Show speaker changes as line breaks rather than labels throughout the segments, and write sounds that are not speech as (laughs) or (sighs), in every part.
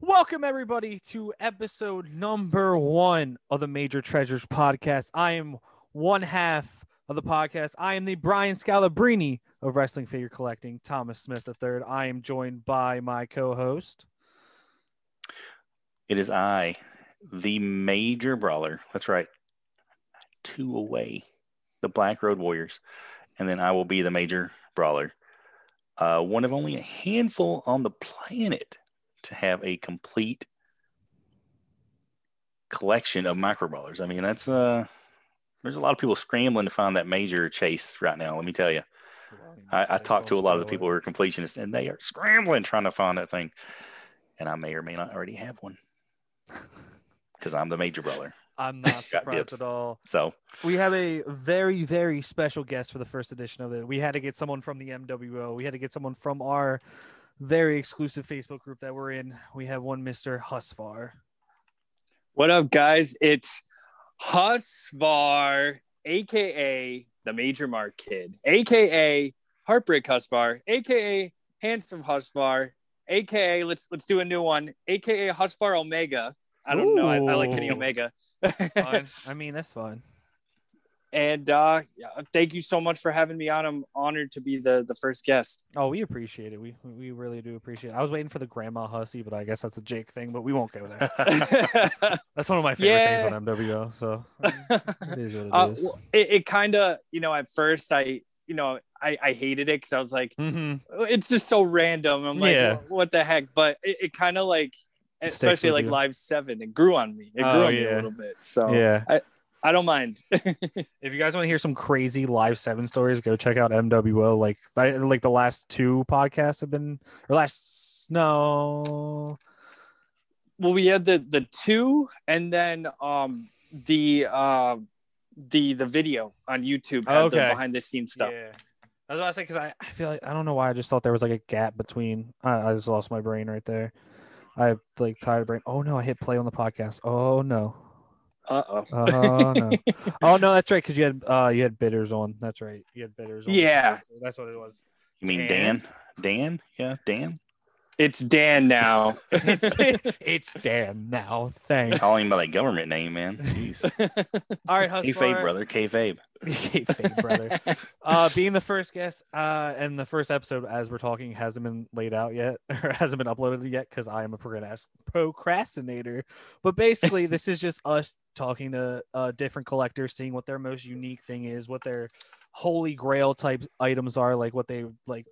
Welcome, everybody, to episode number one of the Major Treasures podcast. I am one half of the podcast. I am the Brian Scalabrini of Wrestling Figure Collecting, Thomas Smith III. I am joined by my co host.
It is I, the major brawler. That's right. Two away, the Black Road Warriors. And then I will be the major brawler. Uh, one of only a handful on the planet to have a complete collection of micro brawlers. I mean, that's uh, there's a lot of people scrambling to find that major chase right now. Let me tell you. I, I talked to a lot of the people who are completionists, and they are scrambling trying to find that thing. And I may or may not already have one because I'm the major brawler. (laughs)
I'm not surprised
dibs.
at all.
So
We have a very, very special guest for the first edition of it. We had to get someone from the MWO. We had to get someone from our very exclusive Facebook group that we're in. We have one Mr. Husfar.
What up, guys? It's Husvar, aka the Major Mark Kid, aka Heartbreak Husvar, aka Handsome Husvar, aka let's let's do a new one, aka Husvar Omega. I don't know. I, I like Kenny
Ooh.
Omega.
(laughs)
Fine. I mean, that's fun.
and uh, yeah, thank you so much for having me on. I'm honored to be the the
(laughs)
first guest. (laughs)
Oh, we appreciate it. We we really do appreciate it. I was waiting for the grandma hussy, but I guess that's a Jake thing, but we won't go
(laughs)
there. That's one of my favorite things
Yeah.
on MWO.
(laughs)
So it is what it is.
Uh, well, it, it kind of, you know, at first I, you know, I, I hated it because I was like,
Mhm.
it's just so random. I'm like,
Yeah.
"Wh- what the heck? But it, it kind of like,
It sticks
especially
with
like
you.
live seven, it grew on me. It grew
Oh,
on me
yeah.
a little bit. So
Yeah.
I don't mind. (laughs)
If you guys want to hear some crazy live seven stories, go check out MWO. Like I, like the last two podcasts have been or last no.
well, we had the the two, and then um the uh the the video on YouTube had the
Okay.
behind the scenes stuff.
Yeah. That's what I say because I, I feel like I don't know why I just thought there was like a gap between I, I just lost my brain right there. I like tired brain. Oh no, I hit play on the podcast. Oh no.
Uh oh.
Oh (laughs) no. oh no, that's right, because you had uh you had bidders on. That's right. You had bidders on.
Yeah.
That's what it was. (laughs)
you mean
Dan?
Dan? Dan? Yeah, Dan.
It's Dan now.
It's it's Dan now. Thanks.
Calling him by that government name, man. Jeez.
All right,
Kayfabe,
Husfar.
brother. Kayfabe.
(laughs) Kayfabe, brother. Uh, being the first guest uh, and the first episode as we're talking hasn't been laid out yet (laughs) or hasn't been uploaded yet because I am a procrast- procrastinator. But basically, this is just us talking to uh, different collectors, seeing what their most unique thing is, what their holy grail type items are, like what they like.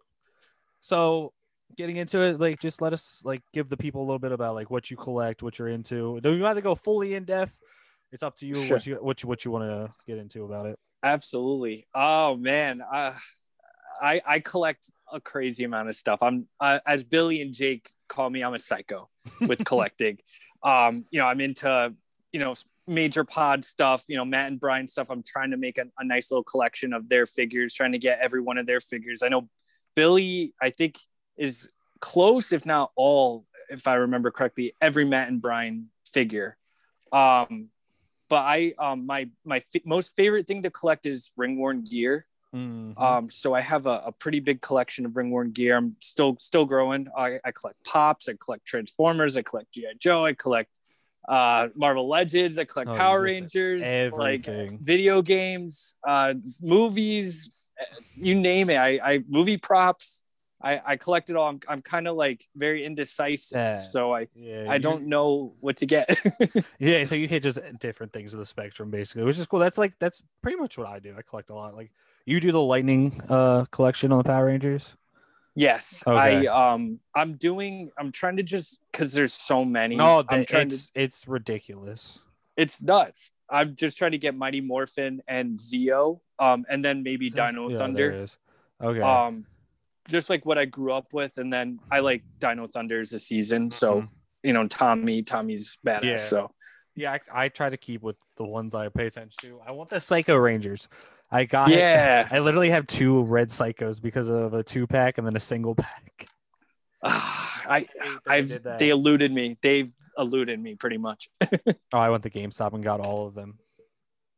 So getting into it like just let us like give the people a little bit about like what you collect what you're into don't you have to go fully in depth it's up to you
Sure.
what you what you what you want to get into about it
Absolutely. Oh man, uh, I I collect a crazy amount of stuff. I'm uh, as Billy and Jake call me, I'm a psycho with collecting. um, you know, I'm into you know major pod stuff. You know, Matt and Brian stuff. I'm trying to make a, a nice little collection of their figures. Trying to get every one of their figures. I know Billy. I think is close, if not all, if I remember correctly, every Matt and Brian figure. Um, but I um my my f- most favorite thing to collect is ring worn gear.
Mm-hmm.
Um, so I have a, a pretty big collection of ring worn gear. I'm still still growing. I, I collect pops. I collect Transformers. I collect GI Joe. I collect uh Marvel Legends. I collect
Oh, you
Power
just-
Rangers.
everything.
Like video games, uh, movies, eh, you name it. I, I movie props. I, I collect it all. I'm, I'm kind of like very indecisive,
Yeah.
so I
yeah,
I
you-
don't know what to get.
(laughs)
(laughs)
Yeah, so you hit just different things of the spectrum, basically, which is cool. That's like that's pretty much what I do. I collect a lot. Like you do the lightning uh collection on the Power Rangers.
Yes,
Okay.
I um I'm doing I'm trying to just because there's so many.
No,
I'm
the,
trying
it's
to
it's ridiculous.
it's nuts. I'm just trying to get Mighty Morphin and Zeo, um, and then maybe Dino
Yeah, there
Thunder.
it is. Okay.
Um, just like what I grew up with, and then I like Dino Thunder as a season. So
Mhm.
you know Tommy, Tommy's badass.
Yeah.
So (sighs)
yeah, I, I try to keep with the ones I pay attention to. I want the Psycho Rangers. I got
yeah,
I literally have two red psychos because of a two pack and then a single pack.
Ah, I
hate that I
I've
did that.
they eluded me. They've eluded me pretty much.
Oh, I went to GameStop and got all of them.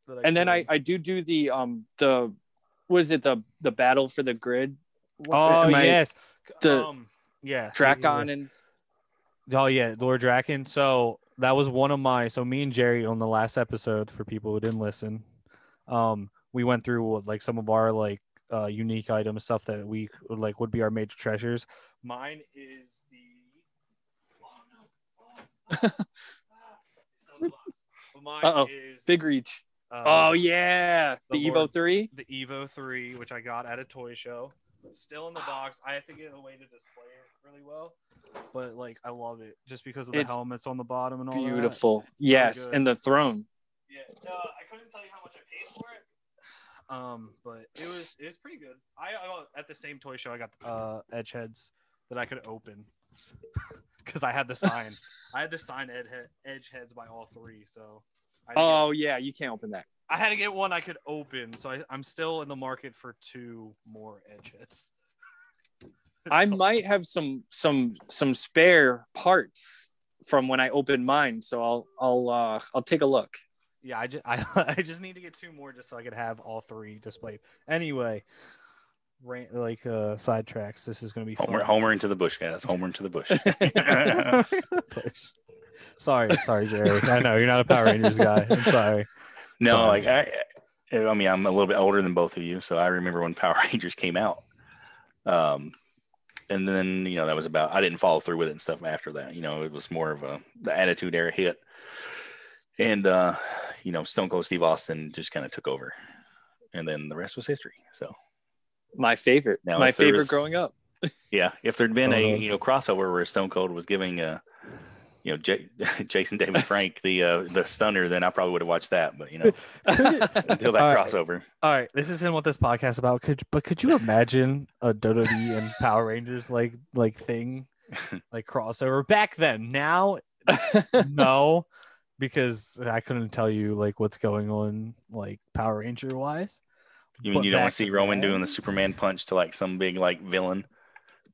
that
and then I
could.
I do do the um the what is it the the battle for the grid.
oh
Am I-
yes, (laughs)
the
um, yeah,
Dracon and
Oh yeah, Lord Draken. So that was one of my. So me and Jerry on the last episode for people who didn't listen, um, we went through what, like some of our like uh, unique items, stuff that we like would be our major treasures. Mine is (laughs) the. Mine
Uh-oh.
is
Big reach.
uh,
Oh yeah,
the
the,
Lord.
Evo three.
the Evo 3, which I got at a toy show. It's still
Ah.
in the box. I have to get a way to display it really well. But like I love it just because of the
It's
helmets on the bottom and all that.
Beautiful. Yes,
good.
and the throne.
Yeah. No, I couldn't tell you how much I paid for it. Um, but it was it was pretty good. I, I got- at the same toy show I got uh edge heads that I could open (laughs) because I had the sign. I had the sign ed- he- edge heads by all three, so I didn't
Oh yeah, you can't
(laughs)
open that.
I had to get one I could open, so I, I'm still in the market for two more edge (laughs) hits.
I might have some some some spare parts from when I opened mine, so I'll I'll uh, I'll take a look.
Yeah, I just I, (laughs) I just need to get two more just so I could have all three displayed. Anyway, rant, like uh sidetracks. This is gonna be
Homer,
fun.
Homer into the bush, guys. Homer into the (laughs)
(laughs)
bush.
(laughs)
Push. sorry, sorry, Jerry. I know you're not a Power Rangers guy. I'm sorry.
(laughs)
no,
Sorry.
like I, I mean, I'm a little bit older than both of you, so I remember when (laughs) Power Rangers came out. Um, and then you know that was about. I didn't follow through with it and stuff after that. You know, it was more of a the Attitude Era hit, and uh, you know, Stone Cold Steve Austin just kind of took over, and then the rest was history. So
My favorite.
Now,
my
if there
favorite
was- (laughs)
growing up. (laughs)
yeah, if there'd been a
Totally.
you know crossover where Stone Cold was giving uh, you know J- (laughs) Jason David Frank the uh, the stunner, then I probably would have watched that. But you know, until
(laughs)
that
All right.
crossover.
All right, this isn't what this podcast is about. Could but could you imagine a WWE
(laughs)
and Power Rangers like like thing, like crossover back then? Now,
(laughs)
no, because I couldn't tell you like what's going on like Power Ranger wise.
You
But
mean you don't
back
want to see Roman doing the Superman punch to like some big like villain?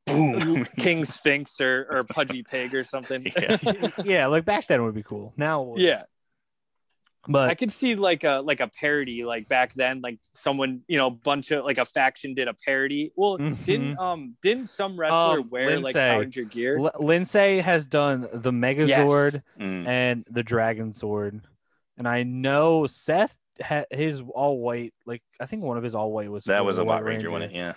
Boom.
King Sphinx or, or Pudgy Pig or something.
(laughs) yeah.
yeah, like back then would be cool. Now, it wouldn't.
(laughs) Yeah.
but
I could see like a like a parody like back then, like someone, you know, bunch of like a faction did a parody. Well, didn't um didn't some
Mm-hmm.
wrestler
Um,
wear like
Lindsay.
Power Ranger gear?
mm-hmm. L- Lindsay has done the Megazord.
Mm.
and the dragon sword and i know seth ha- his all white like i think one of his all white was
That
for
was
the
a
White
White Ranger, wasn't it? Yeah.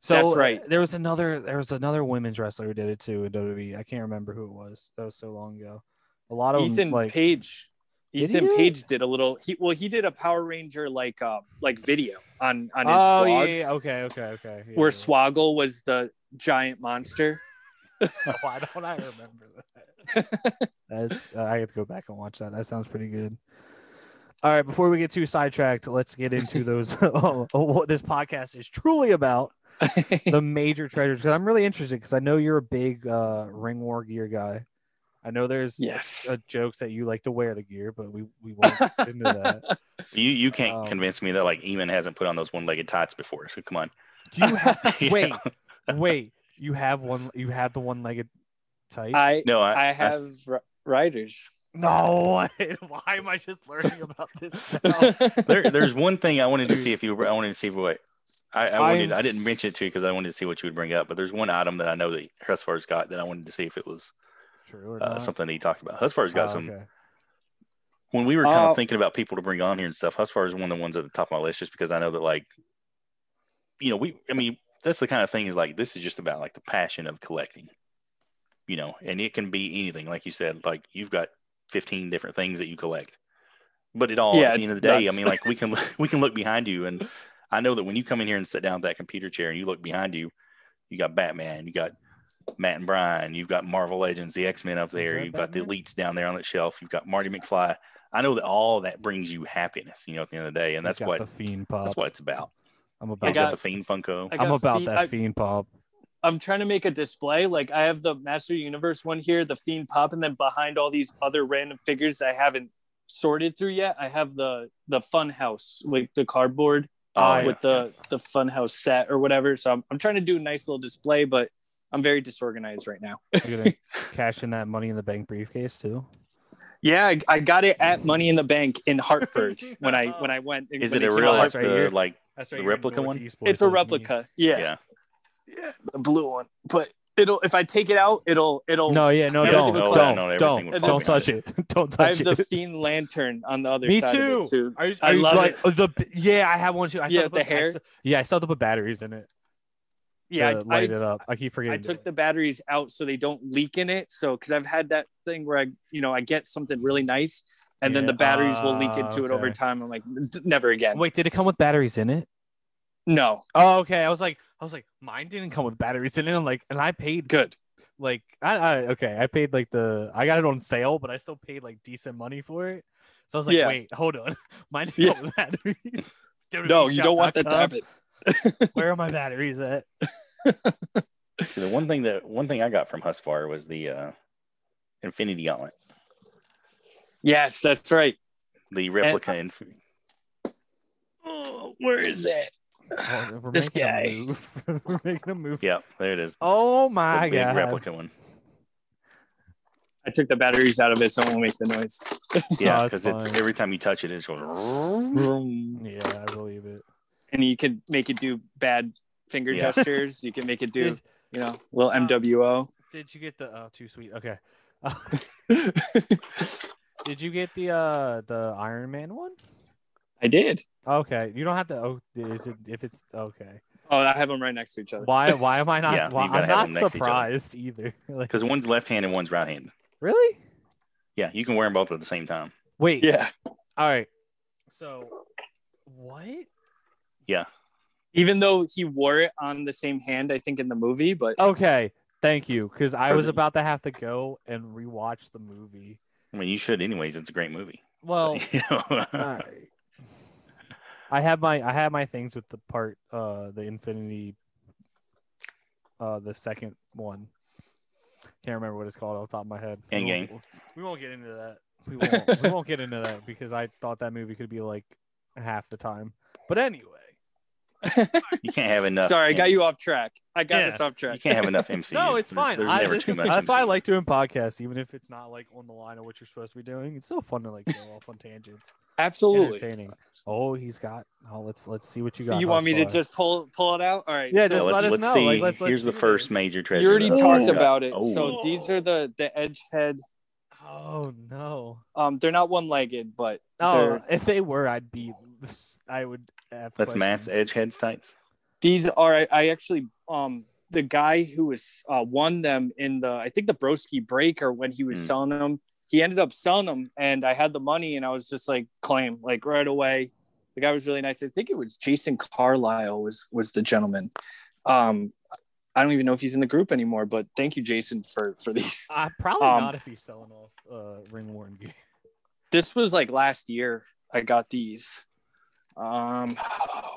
so
That's
uh,
right.
there was another there was another women's wrestler who did it too in wwe i can't remember who it was that was so long ago a lot of them,
Ethan
like
Page.
Did he
Ethan
do it?
Page did a little. He well, he did a Power Ranger like uh like video on on his
oh yeah,
vlogs
yeah, okay okay okay yeah,
where
yeah.
Swoggle was the giant monster.
(laughs) why don't i remember that
(laughs)
that's uh, i have to go back and watch that that sounds pretty good all right before we get too sidetracked let's get into
(laughs)
those (laughs) oh, what this podcast is truly about the major treasures because I'm really interested because I know you're a big uh, ring war gear guy. I know there's
yes.
uh, jokes that you like to wear the gear, but we we won't get into that. (laughs)
You you can't
Um,
convince me that like Eamon hasn't put on those one legged tights before. So come on. (laughs)
Do you (laughs) have,
Yeah.
wait, wait? You have one. You have the one-legged type.
I
No, I,
I
s-
have ri- riders.
no. (laughs) way. Why am I just learning about this? now?
there, there's one thing I wanted to see if you I wanted to see what I, I wanted
I'm
I didn't mention it to you because I wanted to see what you would bring up, but there's one item that I know that Husfar's got that I wanted to see if it was
(laughs) True or
uh,
not?
something that he talked about. Husfar's
Oh,
got some
okay.
when we were kind
Oh.
of thinking about people to bring on here and stuff, Husfar is one of the ones at the top of my list just because I know that like you know, we I mean, that's the kind of thing is like this is just about like the passion of collecting. You know, and it can be anything. Like you said, like you've got fifteen different things that you collect. But it all
Yeah,
at the
it's
end of the day,
nuts.
I mean like
(laughs)
we can look- we can look behind you and I know that when you come in here and sit down at that computer chair and you look behind you, you got Batman, you got Matt and Brian, you've got Marvel Legends, the X Men up there,
Mm-hmm,
Okay,
you've got the
Batman.
Elites down there on that shelf, you've got Marty McFly. I know that all that brings you happiness, you know, at the end of the day, and
He's
that's
got
what
the fiend pop.
that's what it's about.
I'm
I
about.
got,
got-
the Fiend Funko.
I
I'm
got
about
fiend-
that
I-
fiend (laughs) pop.
(laughs) I'm trying to make a display. Like I have the Master Universe one here, the Fiend Pop, and then behind all these other random figures I haven't sorted through yet, I have the the Fun House, like the cardboard
Oh, yeah.
uh, with the the Fun House set or whatever. So I'm I'm trying to do a nice little display, but I'm very disorganized right now.
You're gonna cash in that money in the bank briefcase too.
Yeah, I, I got it at Money in the Bank in (laughs) Hartford when I when I went.
is
when
it a
came
real
out.
like
that's right
the
here.
like
That's
right, The you're in replica one?
It's a replica.
yeah.
yeah, the blue one. But it'll if I take it out, it'll it'll.
No, yeah, no,
Everything
don't,
would
don't,
collapse.
No,
don't,
everything
don't,
would
don't
fall
touch it. (laughs) Don't
I have
touch
the
it.
fiend lantern on the other
Me
side of
too.
this too.
Are you,
I
are you
love
like oh, the? Yeah, I have one too. I
Yeah,
saw
the hair.
I saw- yeah, I still have to put batteries in it.
Yeah,
to
I,
light it up. I keep
I,
forgetting.
I took the batteries out so they don't leak in it. So because I've had that thing where I you know I get something really nice and then
Yeah.
the batteries will leak
Ah,
into it over
okay.
time. I'm like never again.
Wait, did it come with batteries in it?
No,
Oh, okay. I was like, I was like, mine didn't come with batteries in it. I'm like, and I paid
good.
like, I, I okay, I paid like the, I got it on sale, but I still paid like decent money for it. So I was like,
Yeah.
wait, hold on, (laughs) mine didn't
Yeah.
come with batteries. (laughs) E
No, you don't want that to
WWEshop.com.
happen.
(laughs) Where are my batteries at?
So the one thing that one thing I got from Husqvarna was the uh, Infinity Gauntlet,
Yes, that's right.
the replica. inf-
Oh, where is it?
Hold on, we're
This
making a
guy.
move. (laughs) we're making a move.
yeah, there it is. The
Oh my
big
god! (laughs)
replica one.
I took the batteries out of it, so it won't make the
(laughs)
noise.
Yeah,
it's
because it's
fine.
every time you touch it, it's going.
Yeah, I believe it.
And you could make it do bad finger
Yeah.
gestures. You can make it
(laughs)
do,
Did,
you know, little MWO.
did you get the? Oh, too sweet. Okay. did you get the uh the Iron Man one?
I did.
Okay, you don't have to. Oh, is it, if it's okay,
Oh, I have them right next to each other.
why why
(laughs)
am I not?
Yeah,
why,
you gotta have
I'm not
them next to each other.
surprised either. (laughs) Like,
Because one's left handed, one's right handed.
really?
Yeah, you can wear them both at the same time.
Wait.
Yeah.
All right. So, what?
Yeah,
Even though he wore it on the same hand, I think in the movie,
Oh,
but
Okay. Thank you, because I was
Perfect.
about to have to go and rewatch the movie.
I mean you should anyways. It's a great movie.
Oh.
Well,
(laughs) You know?
Alright. I have my I have my things with the part uh the infinity uh the second one. Can't remember what it's called off the top of my head. We
Endgame.
won't- We won't get into that. (laughs) We won't we won't get into that because I thought that movie could be like half the time. But anyway,
you can't have enough.
sorry, I got
M-
you off track. I got
Yeah.
us off
You
track.
can't have
(laughs)
enough MCU.
no, it's
There's-
fine.
There's
I-
never
this
too
is-
much.
that's why I
MCU.
like doing podcasts, even if it's not like on the line of what you're supposed to be doing. It's still fun to (laughs) like go off on tangents.
Absolutely.
Entertaining. Oh, he's got. Oh, let's let's see what you got.
You want me to
Hotspot.
just pull pull it out? All right.
Yeah,
so
just
So let's,
let us
let's
know.
see.
Like, let's- let's
Here's the
do
first
this.
major treasure.
you already
that
talked
we got.
about it.
Oh.
So these are the the edge head.
Oh no!
Um, they're not one legged, but
Oh,
they're-
if they were, I'd be. (laughs) I would. Have
That's Matt's
questions.
edge heads tights.
these are I, I actually um the guy who was uh, won them in the I think the Broski break or when he was
Mm.
selling them he ended up selling them and I had the money and I was just like claim like right away the guy was really nice I think it was Jason Carlisle was was the gentleman um I don't even know if he's in the group anymore but thank you Jason for for these
Uh, probably
Um,
not if he's selling off uh, ring worn gear.
this was like last year I got these um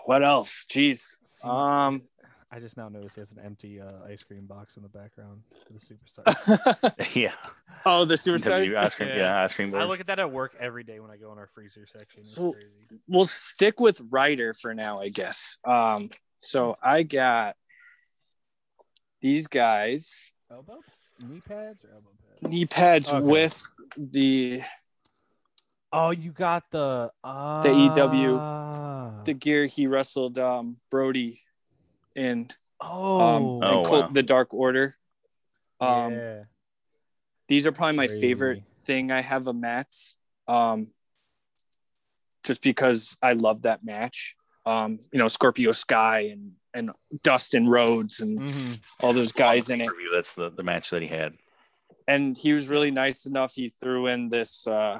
what else jeez
(laughs) See,
um (laughs)
I just now noticed he has an empty uh, ice cream box in the background for the
(laughs)
superstar. (laughs)
(laughs) yeah.
oh the super
W ice cream. Yeah,
Yeah.
ice cream.
I
Bars.
look at that at work every day when I go in our freezer section. It's
So-
crazy.
we'll stick with Ryder for now, I guess. Um, so I got these guys
Elbow, knee pads, or elbow pads?
knee pads
Okay.
with the
Oh, you got the ah. uh,
EW. E the gear he wrestled um, Brody in
oh,
um,
Oh,
in Col-
wow.
the Dark Order. Um,
yeah.
These are probably my
Crazy.
favorite thing I have a Matt's, um, just because I love that match. Um, you know, Scorpio Sky and and Dustin Rhodes and
Mhm.
all those guys in it.
Review, That's the, the match that he had.
and he was really nice enough. He threw in this uh,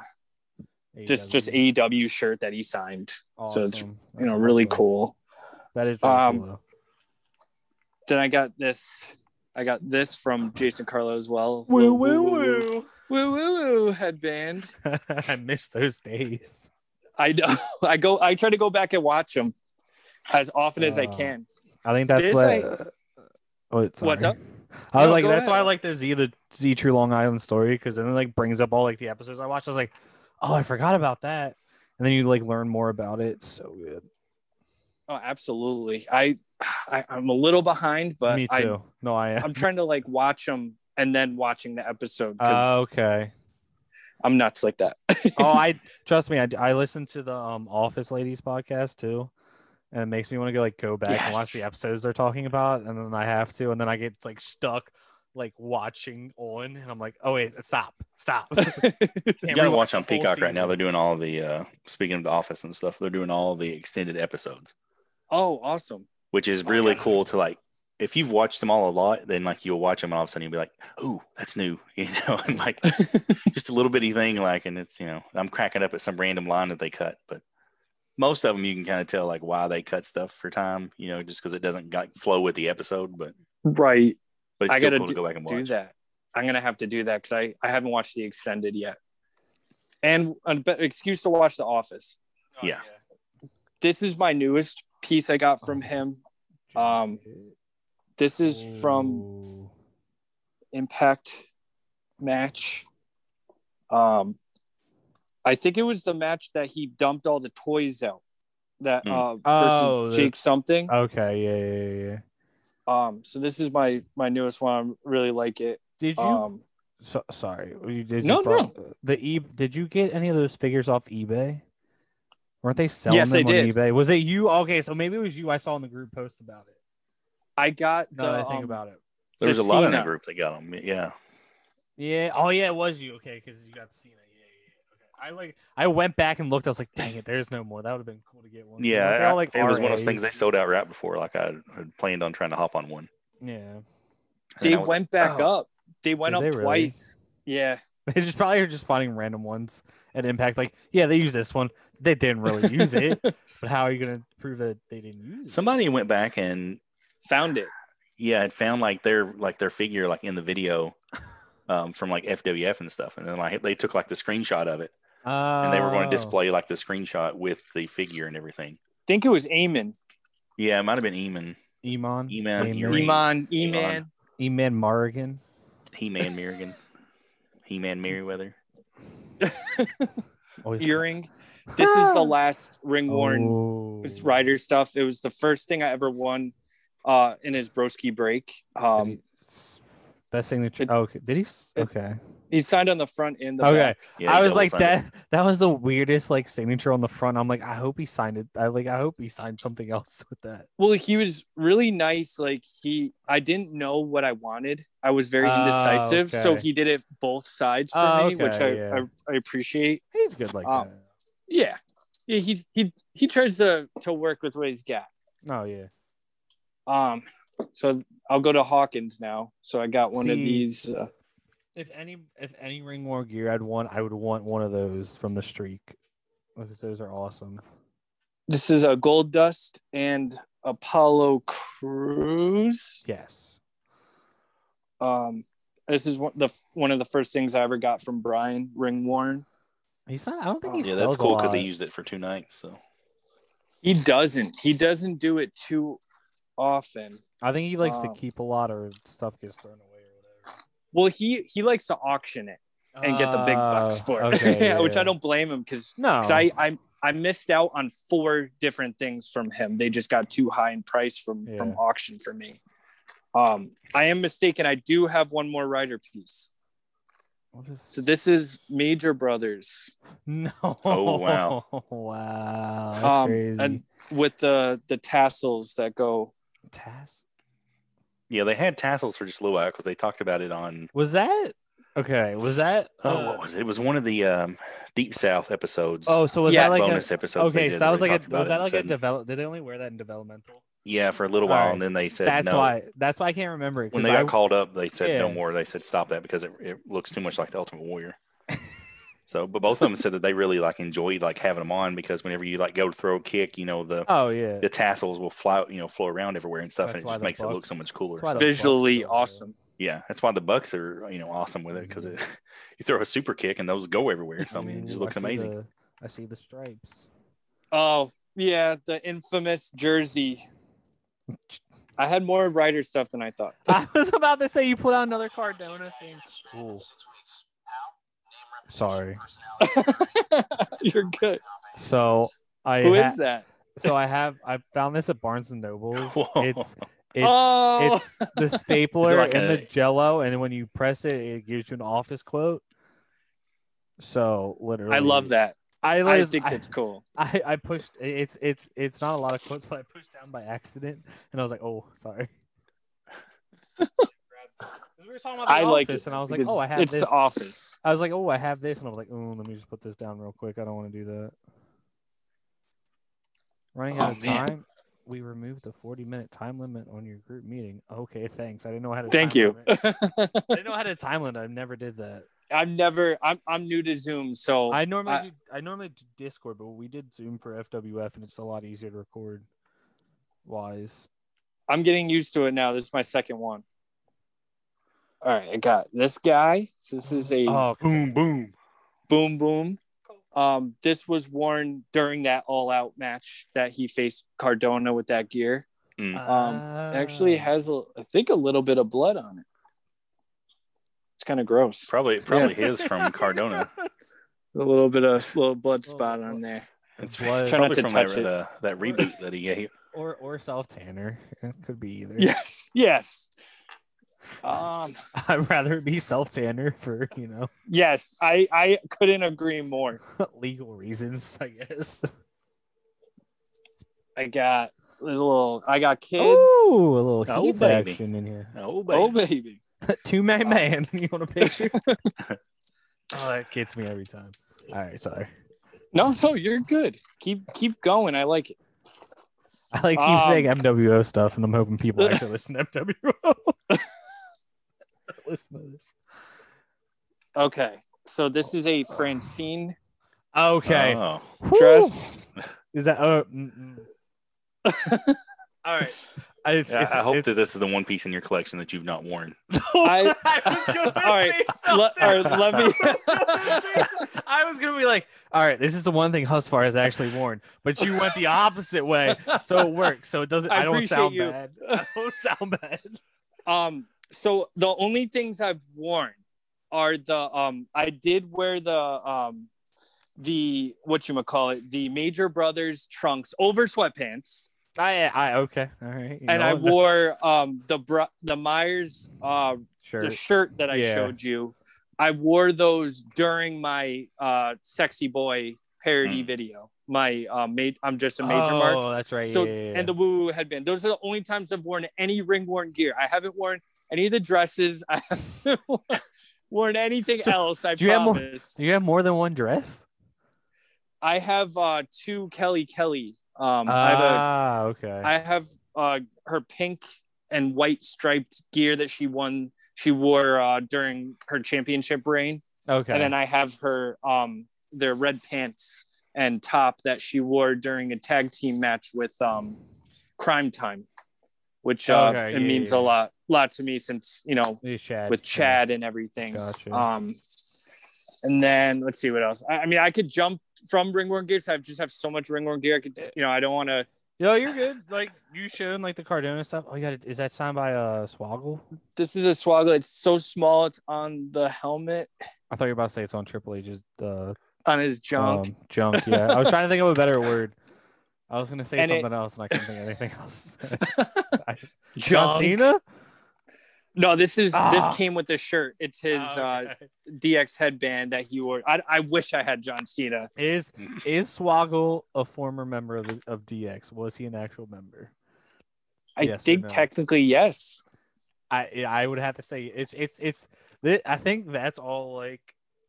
E
just just
AEW.
AEW shirt that he signed. so it's,
E Awesome.
You know,
That's
really
awesome.
cool.
That is
Um,
cool.
Then I got this. I got this from Jason Carlo as well.
Woo woo woo.
woo woo woo headband. (laughs)
I miss those days.
I (laughs) know. I go. I try to go back and watch him as often as I
Uh,
can.
I think that's
This
what.
I-
oh, sorry.
What's up?
I was
No,
like,
go
that's why I
ahead.
like the Z the Z True Long Island story because then it like brings up all like the episodes I watched. I was like, oh, I forgot about that, and then you like learn more about it. So good.
Oh, absolutely. I, I I'm a little behind, but
Me
I,
too. no, I am.
I'm trying to like watch him and then watching the episode because
Uh, okay.
I'm nuts like that.
(laughs)
oh, I trust me. I, I listened to the um Office Ladies podcast too, and it makes me want to go like go back and watch the
Yes.
episodes they're talking about, and then I have to, and then I get like stuck like watching on, and I'm like, oh wait, stop, stop. (laughs)
You
Can't
gotta
rewatch
watch on
the whole
Peacock right
season.
now. They're doing all the uh speaking of the office and stuff, they're doing all the extended episodes,
(laughs) oh, awesome. (laughs)
which is
Oh,
really
yeah.
cool to like if you've watched them all a lot, then like you'll watch them and all of a sudden you'll be like, Ooh, that's new. (laughs) You know, and like just a little bitty thing like and it's you know, I'm cracking up at some random line that they cut, but most of them you can kind of tell like why they cut stuff for time, you know, just because it doesn't like, flow with the episode, but
right.
but it's
I
still
gotta
cool to go back and watch.
do that. I'm gonna have to do that because I I haven't watched the extended yet, and an excuse to watch The Office.
Yeah.
This is my newest piece I got
Oh.
from him. Um, This is from
Ooh.
Impact Match. Um, I think it was the match that he dumped all the toys out. That
Hmm.
uh, person
Oh, the-
Jake something.
Okay, yeah, yeah, yeah.
Um, so this is my my newest one. I really like it.
Did you?
Um,
so, sorry, you did.
No,
you bought- The e. Did you get any of those figures off eBay? Weren't they selling
Yes, I
them on
did.
eBay? Was it you? Okay, so maybe it was you. I saw in the group post about it.
I got
Now
the
that I think
um,
about it.
There was a
The
lot in that
Cena.
group that got them. Yeah.
Yeah. Oh, yeah, it was you. Okay, because you got Cena. Yeah, yeah. yeah. Okay. I like. I went back and looked. I was like, dang it, there's no more. That would have been cool to get one.
Yeah.
Weren't they
I-
all, like,
it was one of those
RAs?
things they sold out right before. Like I had planned on trying to hop on one.
Yeah. (laughs)
And
they
I was
went
like,
back
"Oh."
up. They went
Did
up
they really?
twice. Yeah.
They just probably are just finding random ones at Impact. Like, yeah, they use this one. They didn't really use
(laughs)
it, but how are you gonna prove that they didn't use it?
Somebody went back and
(laughs) Found it.
yeah, had found like their like their figure like in the video um, from like FWF and stuff, and then like they took like the screenshot of it,
Uh,
and they were going
Oh.
to display like the screenshot with the figure and everything.
think it was Eamon.
Yeah, it might have been Eamon,
Eman.
Eman Earring.
Eamon. Eamon.
Eamon.
Eman Morrigan.
He Man Merrigan, He Man Merriweather.
Always-
Earring. This is the last ring worn
Ah. Oh.
rider stuff. It was the first thing I ever won uh, in his broski break.
Did
Um,
he- that signature.
it-
oh, okay. Did he? s-
it-
Okay.
he signed on the front and the
Okay.
back.
Yeah,
I
he
was like
double-sided.
that. That was the weirdest like signature on the front. I'm like, I hope he signed it. I like, I hope he signed something else (laughs) with that.
Well, he was really nice. Like he, I didn't know what I wanted. I was very
Oh,
indecisive, so
okay.
he did it both sides for
Oh,
me, which I,
okay, yeah.
I, I appreciate.
He's good like
Um,
that.
Yeah, yeah. He he he tries to to work with what he's got.
Oh yeah.
Um, so I'll go to Hawkins now. So I got one of
See-
these. Uh,
If any if any ring war gear I'd want, I would want one of those from the streak. Because those are awesome.
this is a Gold Dust and Apollo Cruise.
Yes.
Um, this is one the one of the first things I ever got from Brian Ring Warren.
He's not I don't think
Oh,
he
Yeah,
sells
that's
a
cool because
lot.
he used it for two nights. So
He doesn't. He doesn't do it too often.
I think he likes
um,
to keep a lot or stuff gets thrown away or
Well, he he likes to auction it
whatever.
and get the big bucks
Oh,
for it, (laughs)
okay, yeah,
which
yeah. Oh.
I don't blame him because
No.
I I I missed out on four different things from him. They just got too high in price from from
Yeah.
auction for me. Um, I am mistaken. I do have one more rider piece.
What is-
So this is Major Brothers
(laughs) No.
Oh, wow.
(laughs) wow. That's
Um,
crazy.
and- with the the tassels that go.
Tas-
yeah, they had tassels for just a little while because they talked about it on
was that okay? Was that
oh
uh,
what was it? It was one of the um, Deep South episodes.
oh so was
Yeah,
that like
bonus
a,
episodes. they
okay?
did
So that
where
was
they
like
talked
a
about
was
it
that
and
like a
said-
develop? Did they only wear that in developmental?
Yeah, for a little while,
Alright.
and then they said
That's
no.
why. That's why I can't remember it.
When
'cause
they got
I-
called up, they said no
Yeah.
more. They said stop that because it, it looks too much like the Ultimate Warrior. (laughs) so, but both of them said that they really like enjoyed like having them on because whenever you like go to throw a kick, you know the
Oh yeah.
the tassels will fly, you know, flow around everywhere and stuff,
That's
and it
why
just
the
makes it
Bucks-
look so much cooler.
that's why
So-
the
Visually
Bucks are-
awesome.
yeah, that's why the Bucks are you know awesome with it (laughs) because
Mhm.
you throw a super kick and those go everywhere. So I mean, it just
Ooh, I
looks
see
amazing. (laughs)
the- I see the stripes. (laughs)
Oh yeah, the infamous jersey. I had more rider stuff than I thought. (laughs)
I was about to say you put on another Cardona thing. Ooh. Sorry.
You're good.
So I
Who
ha-
is that?
so I have I found this at Barnes and Noble's.
(laughs) Whoa.
It's it's
Oh,
it's
(laughs)
the stapler
like
and the
a-
jello and when you press it it gives you an office quote so literally
I love that.
I,
I
was-
think
I-
that's cool.
I, I pushed it's it's it's not a lot of quotes, but I pushed down by accident and I was like, oh, sorry. 'Cause we were talking about the
I like
Office,
it.
and I was like,
it's,
oh, I have
it's
this.
the office.
I was like, oh, I have this, and I was like, oh, let me just put this down real quick. I don't want to do that. Running out
Oh,
of
man.
time, we removed the forty-minute time limit on your group meeting. Okay, thanks. I didn't know how to.
Thank
time
you.
limit. I didn't know how to time limit. I never did that.
I'm never. I'm I'm new to Zoom, so
I normally
I-
do, I normally do Discord, but we did Zoom for FWF, and it's a lot easier to record. Wise,
I'm getting used to it now. This is my second one. All right, I got this guy. So this is a
oh, 'cause
Boom, boom.
boom boom. Um, this was worn during that all out match that he faced Cardona with that gear.
I-
Actually, it
Ah.
has a, I think a little bit of blood on it. It's kind of gross.
Probably, probably his
(laughs)
from Cardona.
A little bit of little blood
Little
spot
blood.
on there.
It's
Blood.
probably
Try not to
from
touch
that,
it.
uh, that reboot that he gave.
or or self tanner. It could be either.
(laughs) Yes, yes. Um,
(laughs) I'd rather it be self tanner for you know (laughs)
yes, I I couldn't agree more.
legal reasons, I guess.
I got little. I got kids.
Ooh, a little
Oh,
heat
baby.
action in (laughs) here.
Oh, baby.
oh baby.
Two
Uh,
man man. (laughs) You want a
(laughs)
picture? oh, that gets me every time. All right, sorry.
No, no, you're good. Keep keep going. I like it.
I like keep
Um,
saying MWO stuff, and I'm hoping
(laughs)
people actually listen to MWO. listen to this.
Okay, so this is a Francine
Okay.
Oh.
Whew.
Uh,
(laughs)
dress.
Is that? Oh,
(laughs)
mm, mm. All right. I, it's,
Yeah,
it's-
I hope
it's-
that this is the one piece in your collection that you've not worn.
(laughs) I,
I-
was gonna
(laughs) All right,
say
Le-
something. (laughs)
or let me.
I was gonna be like, all right, this is the one thing Husfar has actually worn, but you went the opposite way, so it works. So it doesn't. I,
I
don't
appreciate
sound
you. (laughs)
bad. I don't sound bad.
um so the only things i've worn are the um i did wear the um the what you call it the major brothers trunks over sweatpants
I, I okay, all right. you
and
know (laughs)
i
what?
wore um the br- the myers uh the
Sure.
shirt that i
Yeah.
showed you i wore those during my uh sexy boy parody
Mm.
video my uh made i'm just a major
oh,
mark
that's right.
so
yeah, yeah, yeah.
and the woo woo headband. Those are the only times I've worn any ring worn gear. I haven't worn any of the dresses. (laughs) I haven't worn anything
So,
else. I
do you have more-
promise.
do you have more than one dress?
I have uh, two Kelly Kelly. Um, I have
ah, okay.
a, I have uh, her pink and white striped gear that she won. She wore uh, during her championship reign,
okay.
and then I have her um, their red pants and top that she wore during a tag team match with um, Crime Time, which uh,
Okay,
it
yeah,
means
yeah,
a
yeah.
lot lot to me since you know
Hey, Chad,
with
yeah.
Chad and everything.
Gotcha.
Um, and then let's see what else. I, I mean, I could jump from ringworm gear. So I just have so much ringworm gear. I could, you know, I don't want to.
Yo, you're good. Like you showed like the Cardona stuff. Oh, you got it. Is that signed by uh Swoggle?
This is a swoggle. It's so small. It's on the helmet
I thought you were about to say it's on Triple H's uh
on his junk.
um, junk. Yeah, I was trying to think of a better word. I was gonna say
And it-
something else, and I couldn't think of anything
(laughs)
else. I just, John Cena.
No, this is this
Ah.
came with the shirt. It's his uh,
Okay.
DX headband that he wore. I, I wish I had John Cena. (clears throat)
is is Swoggle a former member of, the, of DX? Was he an actual member?
I
Yes or
think
no?
technically yes.
I I would have to say it's it's it's. thi- I think that's all like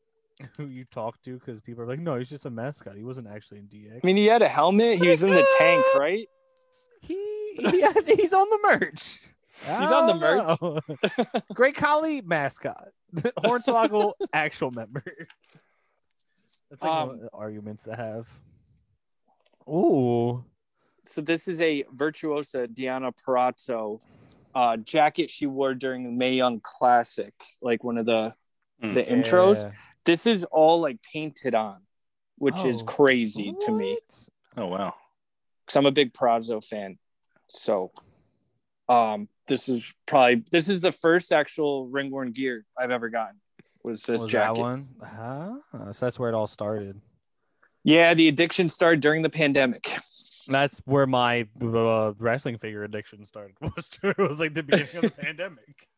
(laughs) who you talk to because people are like, no, he's just a mascot. He wasn't actually in DX.
I mean, he had a helmet. He was in the tank, right?
(laughs) He, he he's on the merch.
He's on the
merch. (laughs) Great Collie mascot. (laughs) Hornswoggle actual member. That's like one
Um,
of the arguments to have. Ooh.
so this is a virtuosa Diana Perazzo uh, jacket she wore during the May Young Classic, like one of the
Mm.
the intros.
Yeah.
This is all like painted on, which is
Oh.
crazy to me
What?
Oh, wow.
because I'm a big Perazzo fan. So, um, this is probably this is the first actual ring worn gear I've ever gotten. Was
Was
this
that
jacket?
one? Huh? So that's where it all started.
Yeah, the addiction started during the pandemic.
That's where my uh, wrestling figure addiction started. (laughs) Was too. it was like the
(laughs)
beginning of the pandemic.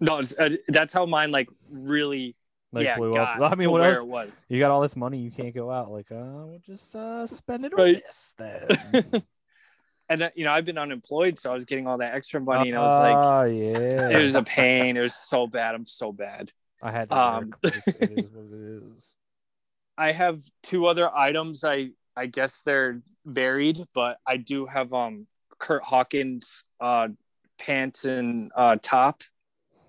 No, it's, uh, that's how mine like really
Like
yeah,
blew
got
up. I
to
mean, what
where
else?
it was.
You got all this money, you can't go out. Like, uh, we'll just uh, spend it on
Right.
(laughs)
this then.
And uh, you know, I've been unemployed, so I was getting all that extra money, and I was like, (laughs)
Ah, yeah.
it was a pain. It was so bad. I'm so bad.
I had to
um,
work, but it's- it is what
(laughs)
it is.
I have two other items. I I guess they're buried, but I do have um Kurt Hawkins uh pants and uh top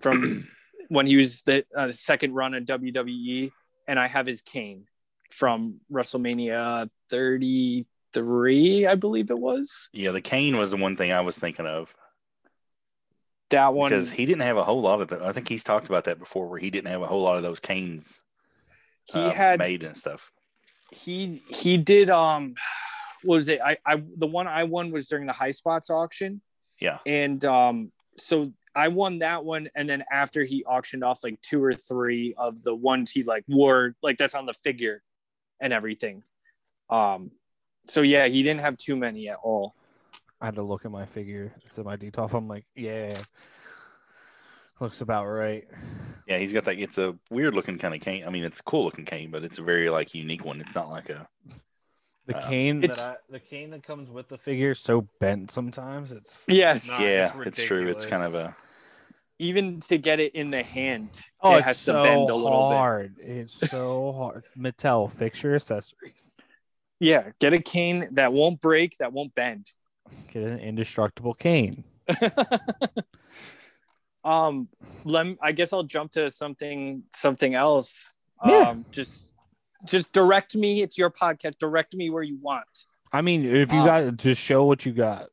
(clears throat)
from when he was the uh, second run in WWE, E, and I have his cane from WrestleMania 33, I believe it was.
Yeah, the cane was the one thing I was thinking of
That one
because he didn't have a whole lot of. The, I think he's talked about that before, where he didn't have a whole lot of those canes
he
uh,
had
made and stuff.
he he did um what was it I, I the one i won was during the high spots auction
Yeah.
and um so i won that one and then after he auctioned off like two or three of the ones he like wore like that's on the figure and everything um so yeah he didn't have too many at all
I had to look at my figure, so my detolf. I'm like, yeah, looks about right.
Yeah, he's got that. It's a weird looking kind of cane. I mean, it's a cool looking cane, but it's a very like unique one. It's not like a
The
Uh,
cane that
it's-
I, the cane that comes with the figure is so bent sometimes. It's
Yes.
Nah,
yeah.
it's
It's, true. It's kind of
ridiculous.
a
even to get it in the hand
oh,
it
it's
has to
so
bend a little bit
hard. It's so hard. Mattel, fix your accessories.
yeah get a cane that won't break that won't bend
Get an indestructible cane.
um let i guess i'll jump to something something else
Yeah.
um just just direct me it's your podcast direct me where you want
I mean, if you
Oh.
got just show what you got.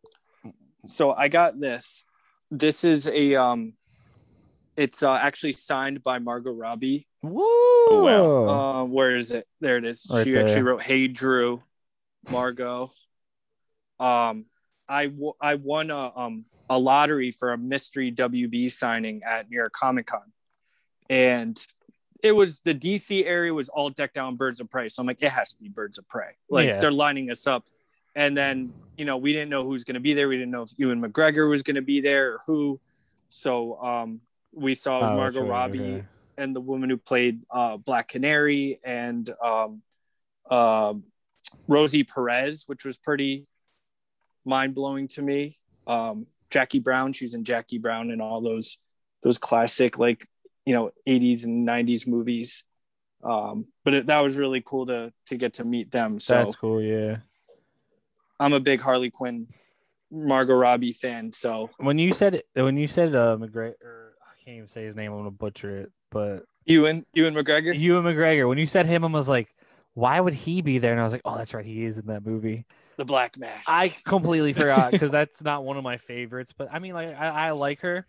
so i got this this is a um it's uh, actually signed by margot robbie
Woo!
uh, where is it there it is
Oh. Right
she
there.
actually wrote hey drew margot um i w- i won a um a lottery for a mystery wb signing at new york comic-con and it was the dc area was all decked out in birds of prey so i'm like it has to be birds of prey like
Yeah.
they're lining us up and then you know we didn't know who's going to be there we didn't know if ewan mcgregor was going to be there or who so um we saw it was
Oh,
margot
sure,
robbie
okay.
and the woman who played uh, Black Canary and um, um Rosie Perez, which was pretty mind blowing to me. Um, Jackie Brown, she's in Jackie Brown and all those those classic like you know 80s and 90s movies. Um, but it, that was really cool to to get to meet them. So
That's cool. Yeah.
I'm a big Harley Quinn, Margot Robbie fan. So
When you said when you said uh, McGregor, I can't even say his name. I'm gonna butcher it, but
Ewan Ewan McGregor.
Ewan McGregor. When you said him, I was like, why would he be there? And I was like, oh, that's right, he is in that movie.
the Black Mask.
I (laughs) completely forgot because that's not one of my favorites. But I mean, like, I, I like her.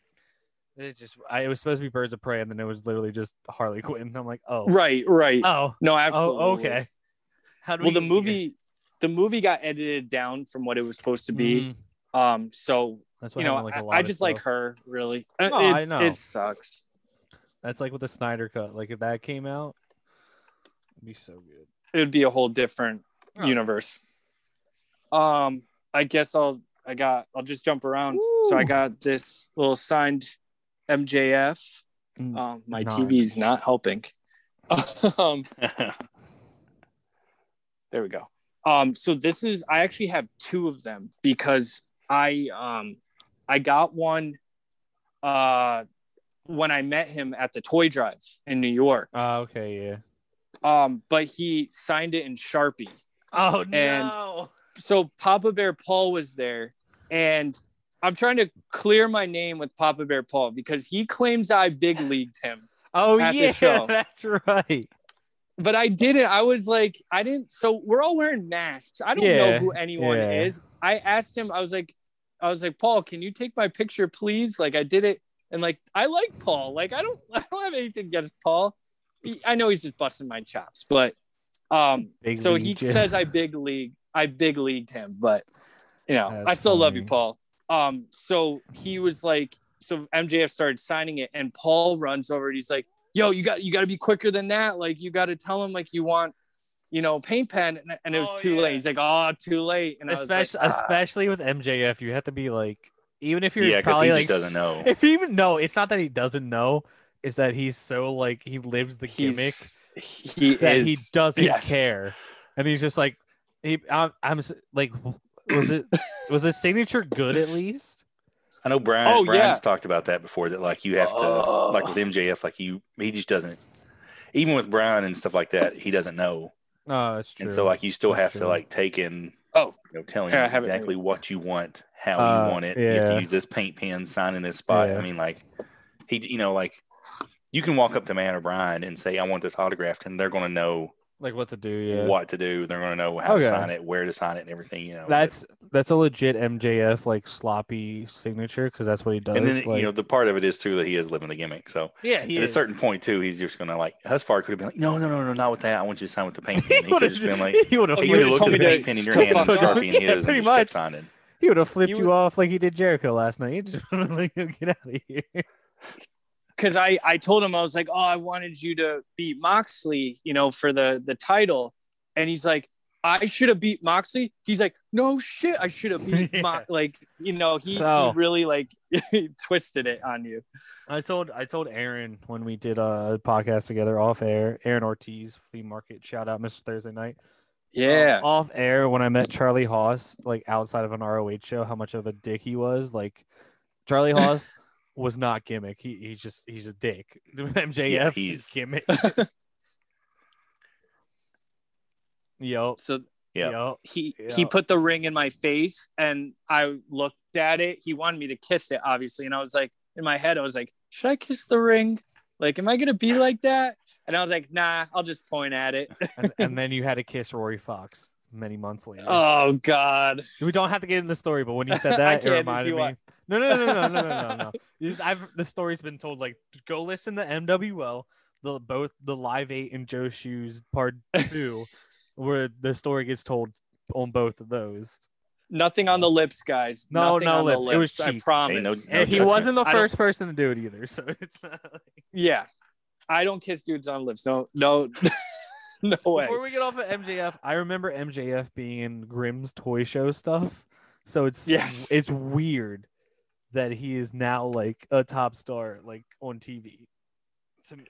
It just, I, it was supposed to be Birds of Prey, and then it was literally just Harley Quinn. I'm like, oh,
right, right.
oh,
no, absolutely.
oh, okay. How do
well the
get here?
movie the movie got edited down from what it was supposed to be
Mhm.
um so
That's what
you know
happened, like, a
I-
lot
I,
of
just like
stuff.
her really Uh,
No,
it,
I know.
it sucks
That's like with the Snyder cut. Like if that came out, it'd be so
(laughs)
good.
it would be a whole different
Oh.
universe um i guess i'll i got i'll just jump around so i
Ooh.
got this little signed mjf
Mm,
um my
nice.
tv's not helping (laughs) um There we go. Um, so this is I actually have two of them because I um I got one uh when I met him at the toy drive in New York.
Ah, okay, yeah.
um, but he signed it in Sharpie.
Oh
no. So Papa Bear Paul was there and I'm trying to clear my name with Papa Bear Paul because he claims I big leagued him.
Oh
At the
yeah,
show.
(laughs) that's right.
but I didn't. I was like, I didn't. So we're all wearing masks. I don't
Yeah,
know who anyone
yeah.
is. I asked him. I was like, I was like, Paul, can you take my picture, please? Like, I did it, and like, I like Paul. Like, I don't, (laughs) I don't have anything against Paul. He- I know he's just busting my chops, but um,
Big
so
league,
he
yeah.
says I big league, I big leagued him, but you know,
That's
I still love you,
funny.
Paul. Um, so he was like, so MJF started signing it, and Paul runs over and he's like, "Yo, you got you got to be quicker than that. Like, you got to tell him like you want, you know, paint pen." And, and it was
Oh,
too
yeah.
late. He's like, "Oh, too late." And
especially
I was like, "Ah."
especially with MJF, you have to be like, even if you're
yeah, because
probably
he
like (laughs)
just doesn't know.
If you even know, it's not that he doesn't know. is that he's so like he lives the gimmick
He's- he
that
is.
he doesn't
yes.
care, and he's just like, he, I'm, I'm s- like, was it was his signature good at least?
I know Brian.
Oh,
Brian's
yeah.
talked about that before. That like you have to,
Oh.
like with MJF, like you, he just doesn't. Even with Brian and stuff like that, he doesn't know,
(coughs) No, it's true.
and so like you still
That's
have to
true.
like take in.
Oh.
you know, telling
Here, I
him
have it.
exactly what you want, how
Uh,
you want it. You have
yeah.
to use this paint pen, sign in this spot.
Yeah.
I mean, like he, you know, like you can walk up to Matt or Brian and say, "I want this autographed," and they're going to know
like what to do? Yeah,
what to do. They're going to know how
Okay.
to sign it, where to sign it, and everything. You know, but-
that's that's a legit MJF like sloppy signature because that's what he does.
and then
like-
you know the part of it is too that he is living the gimmick. So
yeah, he
at
is. (laughs)
a certain point too, he's just gonna like Husfar could have been like, no, no, no, no, not with that. I want you to sign with the paint
(laughs)
pen. He could have
would've
just been
ju-
like,
he would have
Oh,
he
you
would have
would've
looked at
told
the
me
paint
to
pen in your
still
hand and the
fuck off.
(laughs)
sharpie in
Yeah,
his, and
pretty
just kept
much.
signing.
he would have flipped
You
you
would-
off like he did Jericho last night. He just (laughs) would have like get out of here.
because I, I told him I was like, oh, I wanted you to beat Moxley, you know, for the the title, and he's like, I should have beat Moxley. He's like, no shit, I should have
(laughs)
beat
Yeah.
Mox. Like, you know, he,
So-
he really like (laughs) twisted it on you.
I told I told Aaron when we did uh, a podcast together off air. Aaron Ortiz, flea market, shout out, Mr. Thursday Night. Um,
Oh,
off air when I met Charlie Haas, like outside of an ROH show, how much of a dick he was. Like
(laughs)
Charlie Haas was not gimmick. He he's just he's a dick. (laughs) MJF
Yeah,
he's
he's- (laughs)
gimmick. Yo,
so
Yeah.
yo.
he
Yeah.
he put the ring in my face, and I looked at it. He wanted me to kiss it, obviously, and I was like, in my head, I was like, should I kiss the ring? Like, am I
(laughs)
gonna be like that? And I was like, nah, I'll just point at it.
And, and then you had to kiss Rory Fox many months
(laughs)
later.
(laughs) oh God.
We don't have to get into the story, but when you (laughs) said
I
that, it
can if
reminded
you
me.
want.
No, no, no, no, no, no, no, (laughs) no. You- I've the story's been told. Like, go listen to MWL, the both the Live Eight and Joe Shoes Part (laughs) Two, where the story gets told on both of those.
Nothing on the lips, guys.
No,
Nothing
no
on
lips.
The
It
lips.
was
I
cheeks.
Ain't no-
promise.
no
and he
judgment.
wasn't the
I don't-
first person to do it either, so (laughs) it's not. Like...
(laughs) Yeah, I don't kiss dudes on lips. No, no, (laughs) no way.
Before we get off of MJF, I remember MJF being in Grimm's toy show stuff. So it's
Yes.
it's weird that he is now like a top star like on TV. To me,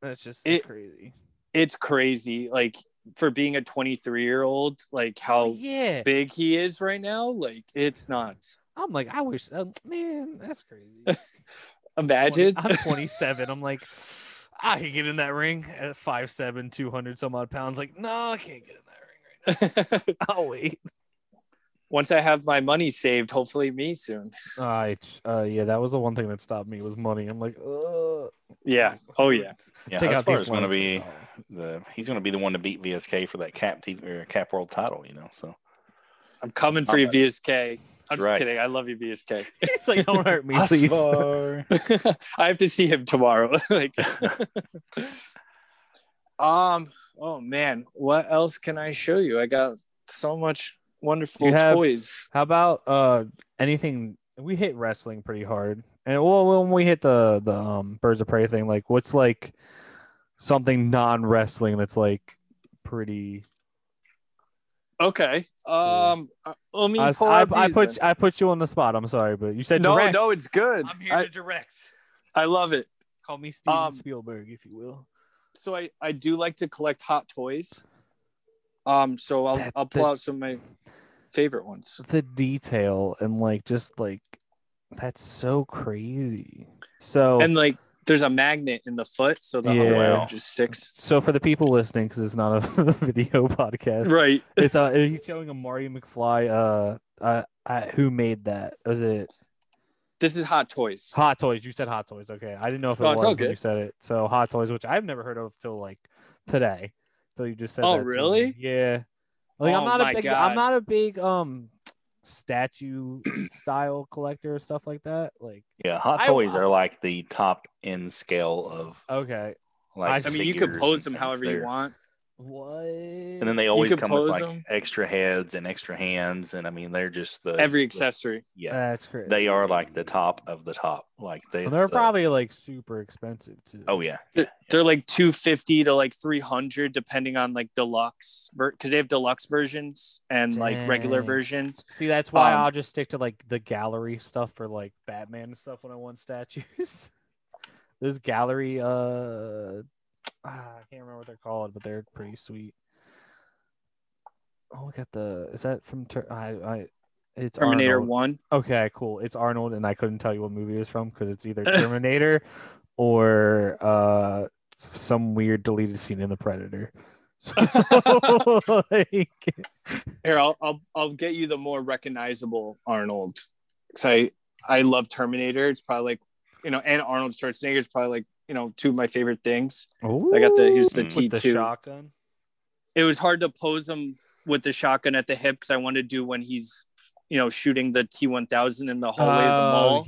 that's just it's
It-
crazy.
It's crazy. Like for being a 23 year old, like how
Oh, yeah,
big he is right now. Like it's nuts.
I'm like I wish. Um, man, that's crazy.
(laughs) Imagine.
20 I'm 27. I'm like. I could get in that ring at 5'7, 200 some odd pounds. Like, no, I can't get in that ring (laughs) right now. I'll wait.
(laughs) Once I have my money saved, hopefully me soon.
I, uh, yeah, that was the one thing that stopped me was money. I'm like, uh,
Yeah. Oh yeah.
Yeah,
Take out
Husfar
these
is going to
loans.
be the he's going to be the one to beat VSK for that cap t- or cap world title. You know, so
I'm coming for you, VSK. I'm just
Right.
kidding. I love you, VSK.
(laughs)
It's like, don't hurt me, please.
Husfar.
(laughs) I have to see him tomorrow. (laughs) like, um. Oh man, what else can I show you? I got so much wonderful
You have-
toys.
(laughs) How about uh anything? We hit wrestling pretty hard, and well, when we hit the the um birds of prey thing, like what's like something non wrestling that's like pretty.
Okay. Um. uh, Let me
I,
pull
I,
out
I
these
put
then.
I put you on the spot. I'm sorry, but you said
no,
direct.
no, it's good. I,
direct.
I love it.
Call me Steven
Um,
Spielberg, if you will.
So I I do like to collect hot toys. Um. So I'll
That-
I'll pull
that-
out some of my favorite ones.
The detail and like just like that's so crazy. So
And like, there's a magnet in the foot, so the hot
Oh. Yeah.
wire just sticks.
so for the people listening, because it's not a (laughs) video podcast,
Right.
it's uh he's showing a Marty McFly uh uh, uh who made that was it
This is hot toys.
Hot Toys you said Hot Toys okay I didn't know if it
Oh, it's
was
all
when
good.
you said it so Hot Toys which I've never heard of till like today so you just said
Oh,
that to me.
really?
yeah like I'm
Oh,
not a
my
big I'm
God.
not a big um statue (clears throat) style collector or stuff like that like
yeah, hot
I-
toys are like the top end scale of
okay
like.
I
I mean, you
could
can pose them however you want.
what
And then they always
could
come with
pose
like
them.
extra heads and extra hands, and I mean, they're just the
Every accessory.
yeah.
that's crazy
they are like the top of the top. Like they,
And they're
it's the-
probably like super expensive too
Oh yeah,
They're, they're like 250 to like 300 depending on like deluxe because they have deluxe versions and like regular
Dang.
versions.
See, that's why
Um,
I'll just stick to like the gallery stuff for like Batman and stuff when I want (laughs) statues. those gallery uh ah, I can't remember what they're called, but they're pretty sweet. Oh, look at the is that from Ter- I I it's
Terminator
Arnold.
One.
Okay, cool. It's Arnold, and I couldn't tell you what movie it was from because it's
(laughs)
either Terminator or uh, some weird deleted scene in The Predator. (laughs)
(laughs)
So, like,
Here, I'll, I'll I'll get you the more recognizable Arnold. Cause I I love Terminator. It's probably like you know, and Arnold Schwarzenegger is probably like you know two of my favorite things. I got the here's the
Ooh.
T
Mm-hmm. with the
two.
shotgun.
It was hard to pose him with the shotgun at the hip because I want to do when he's you know shooting the T one thousand in the hallway of the mall.
Oh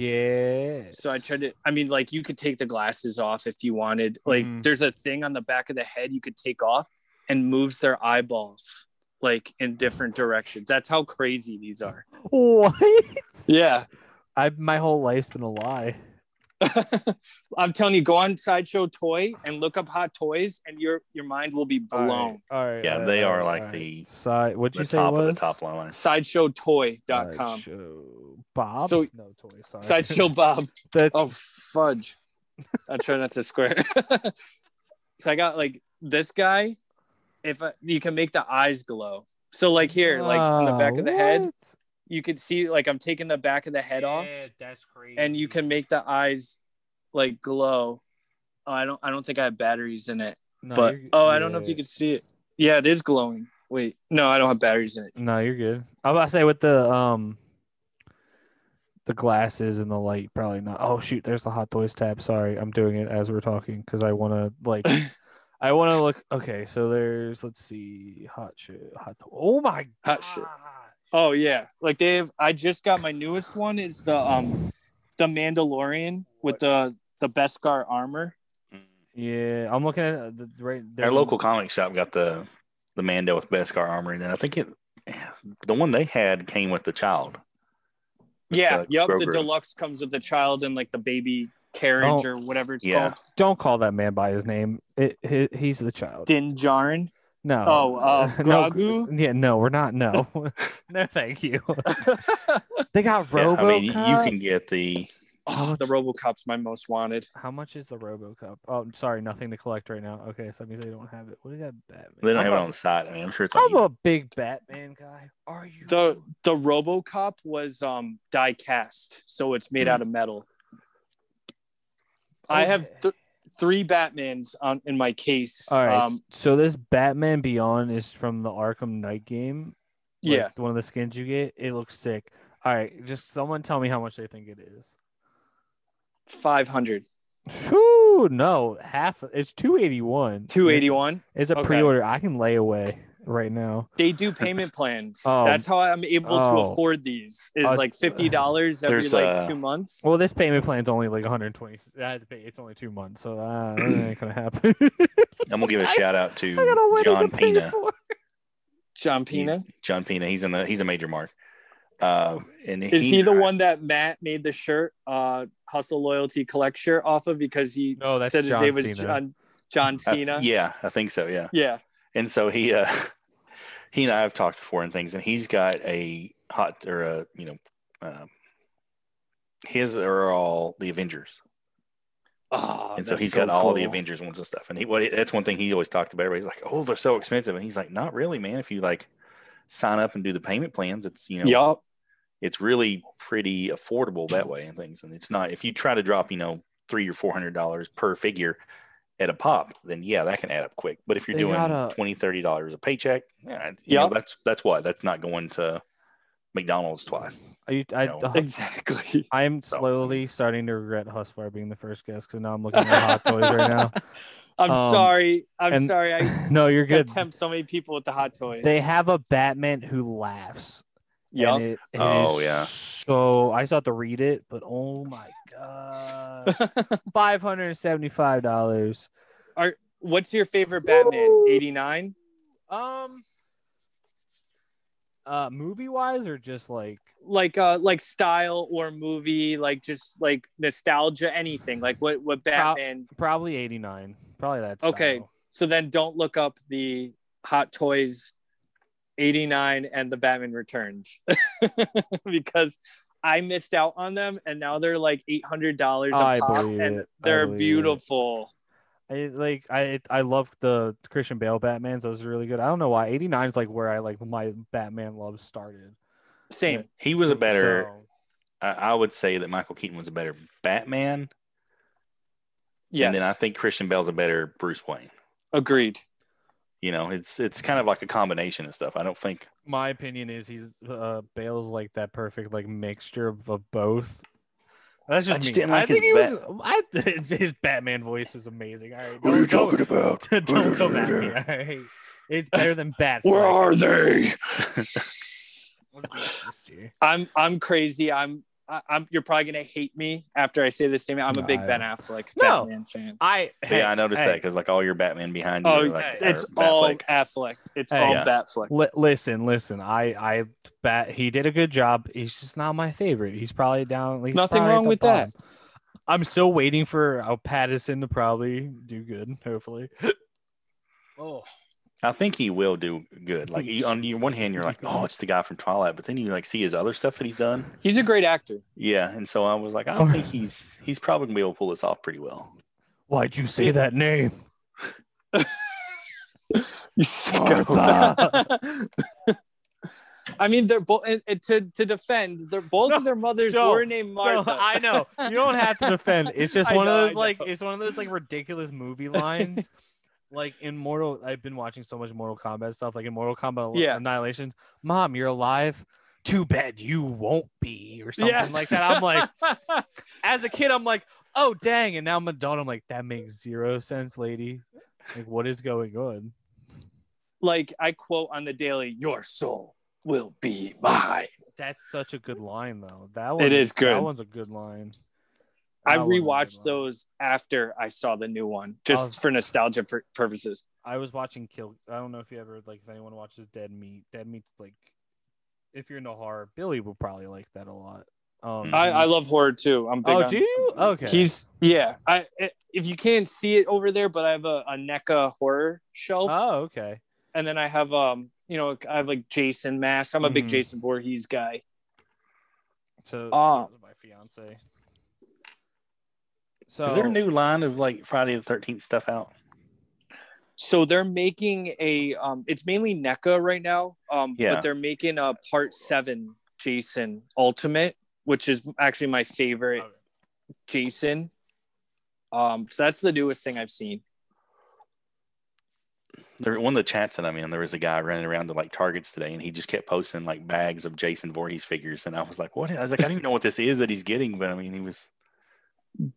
yeah.
So I tried to. I mean, like you could take the glasses off if you wanted. Like
Mhm.
there's a thing on the back of the head you could take off and moves their eyeballs like in different directions. That's how crazy these are.
What?
Yeah, (laughs)
I my whole life's been a lie.
I'm telling you, go on Sideshow Toy and look up hot toys, and your your mind will be
All
blown.
right. All right.
Yeah,
all right,
they
all
are
right,
like
all right.
the-
side. What'd you
the
say
top
it
of
was?
the top line.
SideshowToy.com.
Sideshow Bob.
So-
no toy. Sorry.
(laughs) Sideshow Bob.
(laughs) That's
Oh fudge! I try not to square. (laughs) so I got like this guy. If I, you can make the eyes glow, so like here, like on the
Ah,
back of the head,
what?
you could see like I'm taking the back of the head off,
That's crazy.
and you can make the eyes like glow. Oh, I don't. I don't think I have batteries in it,
No,
but
you're-
oh, I don't know if
yeah.
you can see it. Yeah, it is glowing. Wait, no, I don't have batteries in it.
No, you're good. I was about to say with the um, the glasses and the light, probably not. Oh shoot, there's the hot toys tab. Sorry, I'm doing it as we're talking because I want to like,
(laughs)
I want to look. Okay, so there's let's see, hot shit, hot. To- oh my God.
Hot shit. Oh yeah, like they have. I just got my newest one. Is the um, the Mandalorian with the the Beskar armor.
Mm.
Yeah, I'm looking at the right.
Our
there's a-
local comic shop got the the Mando with Beskar armor, and then I think it the one they had came with the child. It's,
yeah,
uh,
yep. The
Grogu.
deluxe comes with the child and like the baby carriage
Oh.
or whatever it's
Yeah.
called.
Don't call that man by his name. It, he, he's the child.
Din Djarin.
No.
Oh, uh,
(laughs) No,
Grogu?
yeah, no, we're not.
(laughs)
No, (laughs) no, thank you. They got
Yeah,
Robo.
I mean, you can get the
How much,
the RoboCop's my most wanted.
how much is the RoboCup? Oh, I'm sorry, nothing to collect right now. Okay, so that means they don't have it. What do you got, Batman?
they don't
I'm
have it
a-
on the site. I mean, I'm sure it's
I'm
on.
a big Batman guy. Are you?
The the RoboCop was um die cast, so it's made
Hmm.
out of metal. I have
Okay.
th- three Batmans on in my case.
All right.
Um,
so this Batman Beyond is from the Arkham Knight game. like,
yeah.
one of the skins you get. It looks sick. All right, just someone tell me how much they think it is.
Five hundred.
Phew, no, half. It's two eighty one.
Two eighty one.
It's a
Okay.
pre order. I can lay away right now.
they do payment plans.
(laughs) Oh.
That's how I'm able
Oh.
to afford these. Is
Oh,
like fifty dollars every
There's,
like
uh,
two months.
Well, this payment plan's only like 120. I had to pay. It's only two months, so uh, that (coughs) ain't gonna happen.
I'm gonna give
(laughs)
a
I-
shout out
I
to
got a wedding
John
to pay
Pena.
for.
John
He's-
Pena.
John Pena. He's in the he's a major mark. Uh, and
Is he, the one that Matt made the shirt, uh, hustle loyalty collect shirt off of because he
No, that's
said his
John
name was
Cena.
John John
I-
Cena?
Uh, yeah, I think so. Yeah.
Yeah.
And so he uh (laughs) he and I have talked before and things, and he's got a hot or a you know um, his are all the Avengers,
Oh,
and so
that's
he's got all the
cool.
Avengers ones and stuff. And he what that's one thing he always talked about. Everybody's like, oh, they're so expensive, and he's like, not really, man. If you like sign up and do the payment plans, it's you know
Yup.
it's really pretty affordable that way and things. And it's not if you try to drop, you know, three or four hundred dollars per figure at a pop, then yeah, that can add up quick. But if you're
They
doing
gotta-
twenty, thirty dollars a paycheck, yeah, it's- you know,
Yep.
that's that's what that's not going to McDonald's twice.
Are you? I,
No.
uh,
Exactly.
I'm
So-
slowly starting to regret Husfire being the first guest because now I'm looking at hot toys right now.
(laughs) I'm
Um,
sorry. I'm
and-
sorry. I
No, you're good.
tempt so many people with the hot toys.
They have a Batman who laughs.
Yup.
And it- it
Oh,
is
yeah.
So I sought to read it, but oh my
(laughs)
god, five hundred and seventy-five dollars.
What's your favorite Batman?
Woo.
89?
Um, uh, movie-wise or just like
Like uh like style or movie, like just like nostalgia, anything. Like what what Batman
probably eighty-nine. Probably that's
Okay. So then don't look up the Hot Toys 89 and the Batman Returns (laughs) because I missed out on them, and now they're like eight hundred dollars
I
a pop,
believe
and
it. I
they're
believe it.
beautiful.
I like I I love the Christian Bale Batman's. Those are really good. I don't know why. 89 is like where I like my Batman love started.
Same.
He was a
So-
better.
so-
I, I would say that Michael Keaton was a better Batman,
Yes.
and then I think Christian Bale's a better Bruce Wayne.
Agreed.
You know, it's it's kind of like a combination and stuff. I don't think
my opinion is he's uh Bale's like that perfect like mixture of, of both. That's
I
just,
just
me.
didn't like
I think
his
he was. I (laughs) his Batman voice was amazing. All right,
What are you
don't, don't,
talking about?
(laughs) don't come at me. All right, it's better than Bat.
Where
Flag.
are they?
Let's be honest here.
I'm I'm crazy. I'm I, I'm. You're probably gonna hate me after I say this statement. I'm a big
No.
Ben Affleck
No.
Batman fan.
I hey,
yeah, I noticed
hey,
that because like all your Batman behind you,
Oh,
are, like,
yeah, it's
are
all
Batfleck.
Affleck. It's
Hey,
all
yeah.
Batfleck.
Li- listen, listen. I I bat. He did a good job. He's just not my favorite. He's probably down. Like, he's
Nothing
probably at
wrong
the
with that.
bottom. I'm still waiting for uh, Patterson to probably do good. Hopefully. (laughs) oh.
I think he will do good. Like you, on your one hand, you're like, oh, it's the guy from Twilight, but then you like see his other stuff that he's done.
He's a great actor.
Yeah, and so I was like, I don't think he's he's probably gonna be able to pull this off pretty well.
Why'd you say that name?
You
(laughs)
(laughs)
Martha.
I mean, they're both and, and to to defend. They're both
No,
of their mothers
don't.
were named Martha.
I know you don't have to defend. It's just
I
one
know,
of
I
those like
know.
it's one of those like ridiculous
(laughs)
movie lines. like in Mortal, I've been watching so much Mortal Kombat stuff. Like in Mortal Kombat
Yeah.
Annihilations, Mom, you're alive. Too bad you won't be, or something
Yes.
like that. I'm
(laughs)
like, as a kid, I'm like, oh dang, and now I'm an adult. I'm like, that makes zero sense, lady. Like, what is going on?
like I quote on the daily, "Your soul will be mine."
That's such a good line, though. That one
is good.
That one's a good line.
I
That one's a good Oh.
rewatched
line.
those after I saw the new one, just
was-
for nostalgia pur- purposes.
I was watching Kill. I don't know if you ever like if anyone watches Dead Meat. Dead Meat's like if you're into horror, Billy will probably like that a lot. Um,
I, I love horror too. I'm big.
oh,
on-
do you? Okay.
He's yeah. I if you can't see it over there, but I have a, a NECA horror shelf,
oh, okay.
and then I have um, you know, I have like Jason mask. I'm a big
Hmm.
Mhm.
Jason Voorhees guy.
So,
Ah.
so my fiance. So
Is there a new line of like Friday the Thirteenth stuff out?
So they're making a um it's mainly NECA right now. Um
Yeah.
but they're making a part seven Jason Ultimate, which is actually my favorite
Okay.
Jason. Um so that's the newest thing I've seen.
There, one of the chats that I'm in, there was a guy running around to like Targets today, and he just kept posting like bags of Jason Voorhees figures, and I was like, what? I was like, I don't even know what this is that he's getting, but I mean, he was.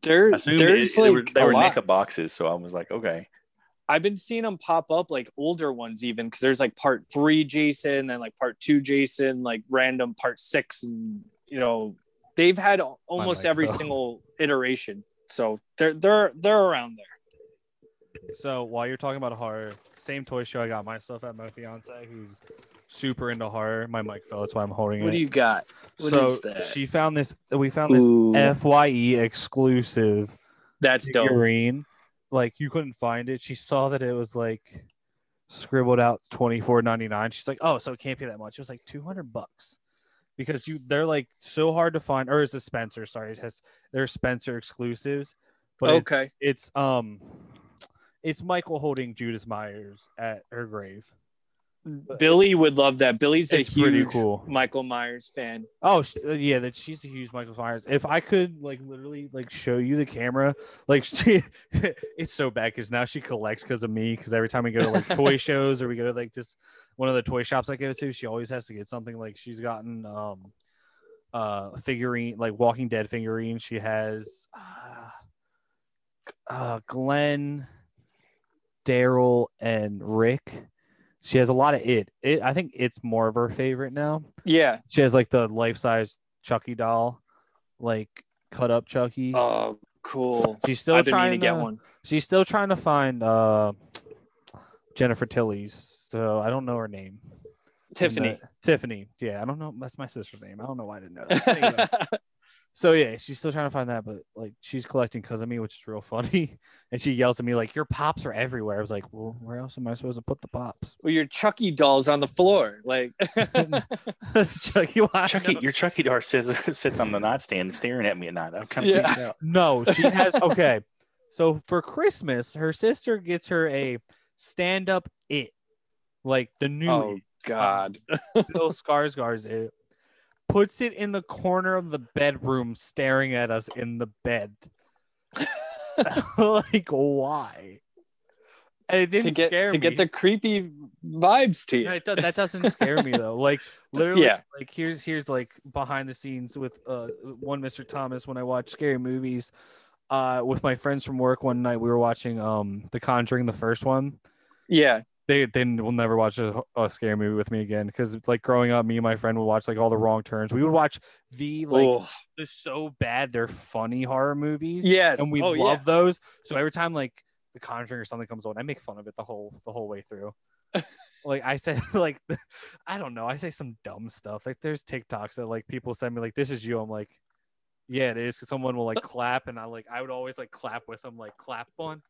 There,
I assumed
there's
it-
like
they were, they
a
were E
lot.
NECA boxes, so I was like, okay,
I've been seeing them pop up like older ones even because there's like part three Jason and like part two Jason, like random part six, and you know they've had al- almost every
microphone.
single iteration. So they're they're they're around there.
So while you're talking about horror, same toy show I got myself at my fiance, who's super into horror. My mic fell. That's why I'm holding
What
it.
do you got? What
so
is that?
she found this. We found this
Ooh,
Fye exclusive
that's dope.
figurine. Like you couldn't find it. She saw that it was like scribbled out twenty four ninety nine. She's like, oh, so it can't be that much. It was like two hundred bucks because you they're like so hard to find. Or is it Spencer? Sorry, it has they're Spencer exclusives. But it's-
Okay,
it's, um, it's Michael holding Judas Myers at her grave.
Billy would love that. Billy's a
It's pretty
huge
cool.
Michael Myers fan.
Oh sh- uh, yeah, that she's a huge Michael Myers. If I could like literally like show you the camera, like (laughs) she, it's so bad because now she collects because of me. Because every time we go to like toy shows or we go to like just one of the toy shops I go to, she always has to get something. Like she's gotten um uh figurine like Walking Dead figurine. She has uh, uh Glenn, Daryl, and Rick. She has a lot of it. It I think it's more of her favorite now.
Yeah.
She has like the life size Chucky doll, like cut up Chucky.
Oh, cool.
she's still
I've been
trying
meaning to get one.
She's still trying to find uh, Jennifer Tilly's. So I don't know her name.
Tiffany.
Tiffany. Yeah, I don't know. That's my sister's name. I don't know why I didn't know
(laughs)
that. Anyway. so yeah, she's still trying to find that, but like she's collecting because of me, which is real funny. (laughs) And she yells at me like, "Your pops are everywhere." I was like, "Well, where else am I supposed to put the
(laughs)
pops?" (laughs)
well, your Chucky dolls on the floor. Like,
Chucky, why-
Chucky, E, your Chucky Dar says (laughs) sits on the nightstand staring at me at night. I'm kind of
Yeah.
freaked out.
(laughs) No, she has. Okay. So for Christmas, her sister gets her a stand up it, like the new
oh
it,
God.
Bill Skarsgård's it, puts it in the corner of the bedroom, staring at us in the
(laughs)
bed. (laughs) like, why? And it didn't
to get
scare
to get
me.
the creepy vibes to you.
Yeah, it do- that doesn't scare me though. Like literally,
Yeah.
like here's here's like behind the scenes with uh one Mr. Thomas when I watch scary movies. Uh, with my friends from work one night, we were watching um The Conjuring, the first one.
Yeah.
They they will never watch a, a scary movie with me again because like growing up, me and my friend would watch like all the wrong turns. We would watch the like
oh,
the so bad they're funny horror movies.
yes.
and we
oh,
love those. So every time like The Conjuring or something comes on, I make fun of it the whole the whole way
(laughs)
through. like I say, (laughs) like I don't know, I say some dumb stuff. Like there's TikToks that like people send me like this is you. I'm like, yeah, it is. Cause someone will
(laughs)
like clap, and I like I would always like clap with them, like clap one,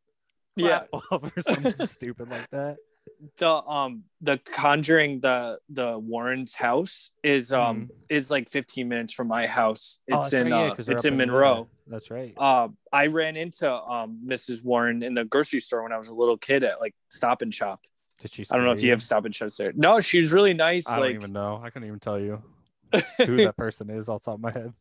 Yeah.
clap off, or something (laughs) stupid like that.
Yeah. The um the Conjuring the the Warren's house is um is like 15 minutes from my house.
Mm-hmm. Oh,
It's
Hmm. that's
in
right, yeah,
uh,
'cause they're
it's
up
in Monroe.
That's right.
uh, I ran into um, Mrs. Warren in the grocery store when I was a little kid at like Stop and Shop.
Did she?
I don't know if
scare
you have Stop and Shops there. No, she was really nice.
I don't
like
even know. I couldn't even tell
(laughs)
you who that person is off the top of my head.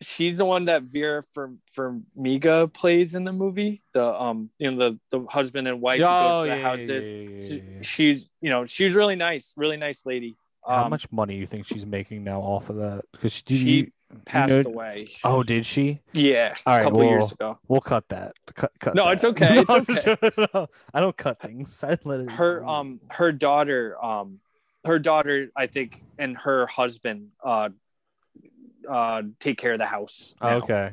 she's the one that Vera from from Miga plays in the movie. The um, you know, the the husband and wife who goes to the houses.
Oh, yeah,
She-
yeah, yeah.
She's you know she was really nice, really nice lady.
How
Um,
much money you think she's making now off of that? Because she,
She
you-
passed
know-
away.
oh, did she?
Yeah,
All right,
a couple
well,
years ago.
We'll cut that. Cut, cut
No,
that. (laughs)
it's okay, it's
I'm
okay.
just- (laughs) no, I don't cut things. I let it.
her um her daughter um her daughter i think and her husband uh uh take care of the house
Oh,
now,
okay.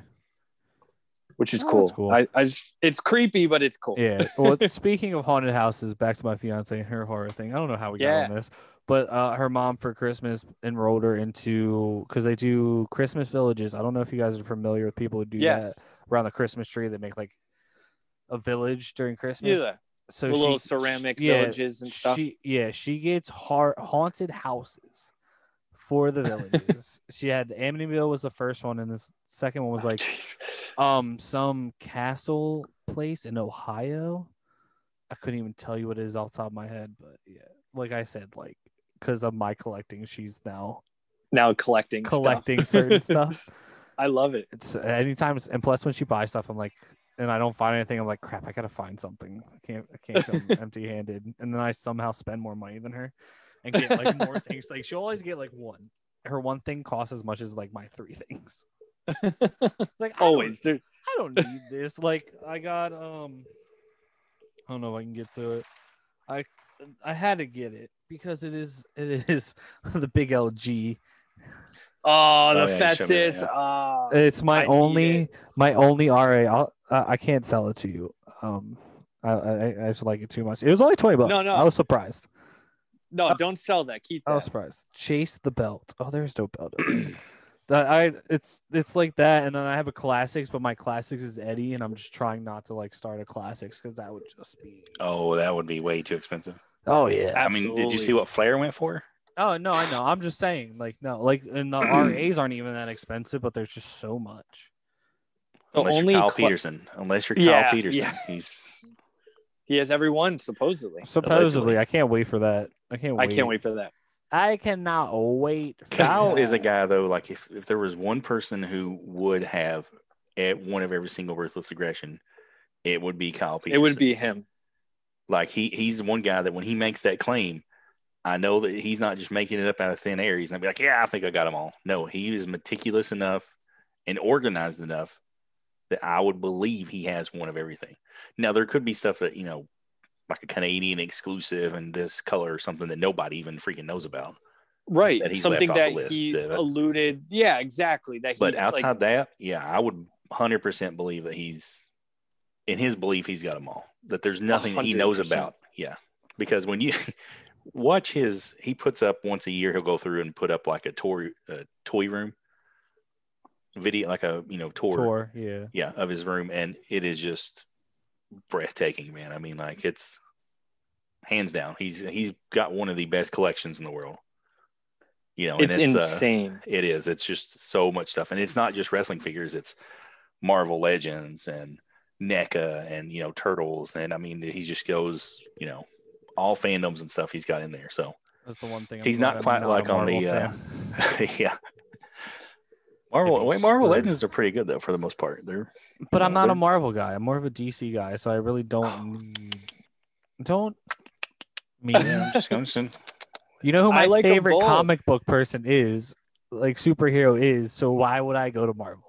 which is
Oh,
cool,
that's cool.
I, I just it's creepy but it's cool
Yeah. Well, (laughs) speaking of haunted houses, back to my fiance and her horror thing. I don't know how we
Yeah.
got on this, but uh, her mom for Christmas enrolled her into because they do Christmas villages. I don't know if you guys are familiar with people who do
yes
that around the Christmas tree. They make like a village during Christmas.
yeah
So
the little
she-
ceramic
she- yeah,
villages and stuff
She, yeah, she gets har- haunted houses for the
(laughs)
villages. she had Amityville was the first one, and this second one was
Oh, (laughs)
like
jeez.
um some castle place in Ohio. I couldn't even tell you what it is off the top of my head, but yeah, like I said, like because of my collecting, she's now
now collecting stuff.
collecting
(laughs)
certain stuff.
i love it
It's anytime, and plus when she buys stuff, I'm like. And I don't find anything. I'm like, crap. I gotta find something. I can't. I can't (laughs) come empty-handed. And then I somehow spend more money than her, and get (laughs) like more things. Like she'll always get like one. Her one thing costs as much as like my three (laughs) things. like I don't
always there
I don't need this. Like I got um I don't know if I can get to it. I I had to get it because it is it is (laughs) the big LG.
oh the
Oh, yeah, you showed me that,
festus
yeah.
Ah,
It's my
I need
only
it.
my only RA. I'll, I I can't sell it to you. Um I, I I just like it too much. It was only 20 bucks.
No, no.
I was surprised.
no don't sell that keep
I was
that
surprised. Chase the belt. Oh, there's no belt. Okay. (clears throat) That I it's it's like that, and then I have a classics, but my classics is Eddie, and I'm just trying not to like start a classics because that would just be
Oh, that would be way too expensive.
Oh yeah.
I mean, did you
Absolutely.
see what Flair went for?
Oh no, I know. I'm just saying, like no, like and the RAs aren't even that expensive, but there's just so much.
The
Unless
only
you're Kyle
cla-
Peterson. Unless you're Kyle
Yeah,
Peterson.
yeah.
He's
he has every one supposedly
Supposedly, I can't wait for that. I can't.
i
Wait.
can't wait for that
I cannot
(laughs)
wait. for
Kyle
that.
(laughs)
is a guy though, like if, if there was one person who would have at one of every single ruthless aggression, it would be Kyle Peterson.
it would be him
like he he's one guy that when he makes that claim, I know that he's not just making it up out of thin air. He's not be like, Yeah, I think I got them all. No, he is meticulous enough and organized enough that I would believe he has one of everything. Now there could be stuff that, you know, like a Canadian exclusive and this color or something that nobody even freaking knows about.
right
that he
something
left off
that
the list,
he
yeah.
alluded yeah exactly that he
But
like,
outside that, yeah, I would 100% believe that he's in his belief he's got them all. That there's nothing that he knows
100%.
about. Yeah. Because when you (laughs) watch his. He puts up once a year. He'll go through and put up like a toy, a toy room video, like a you know tour,
Tour, yeah.
yeah, of his room, and it is just breathtaking, man. I mean, like it's hands down. He's he's got one of the best collections in the world. You know,
it's,
and it's uh,
insane.
it is. It's just so much stuff, and it's not just wrestling figures. It's Marvel Legends and NECA and you know Turtles, and I mean he just goes you know all fandoms and stuff he's got in there. So (laughs)
That's the one thing.
He's
glad
not quite
a
like on
Marvel
the, uh, (laughs)
fan.
yeah, Marvel.
Maybe
Wait,
he's
Marvel
screwed.
Legends are pretty good though for the most part. They're
but I'm not a
they're-
Marvel guy. I'm more of a DC guy, so I really
Oh.
don't need, don't
(laughs)
mean.
(laughs) Yeah, I'm just- I'm just-
You know who
I
my
like 'em
favorite
both.
comic book person is, like superhero is. So why would I go to Marvel?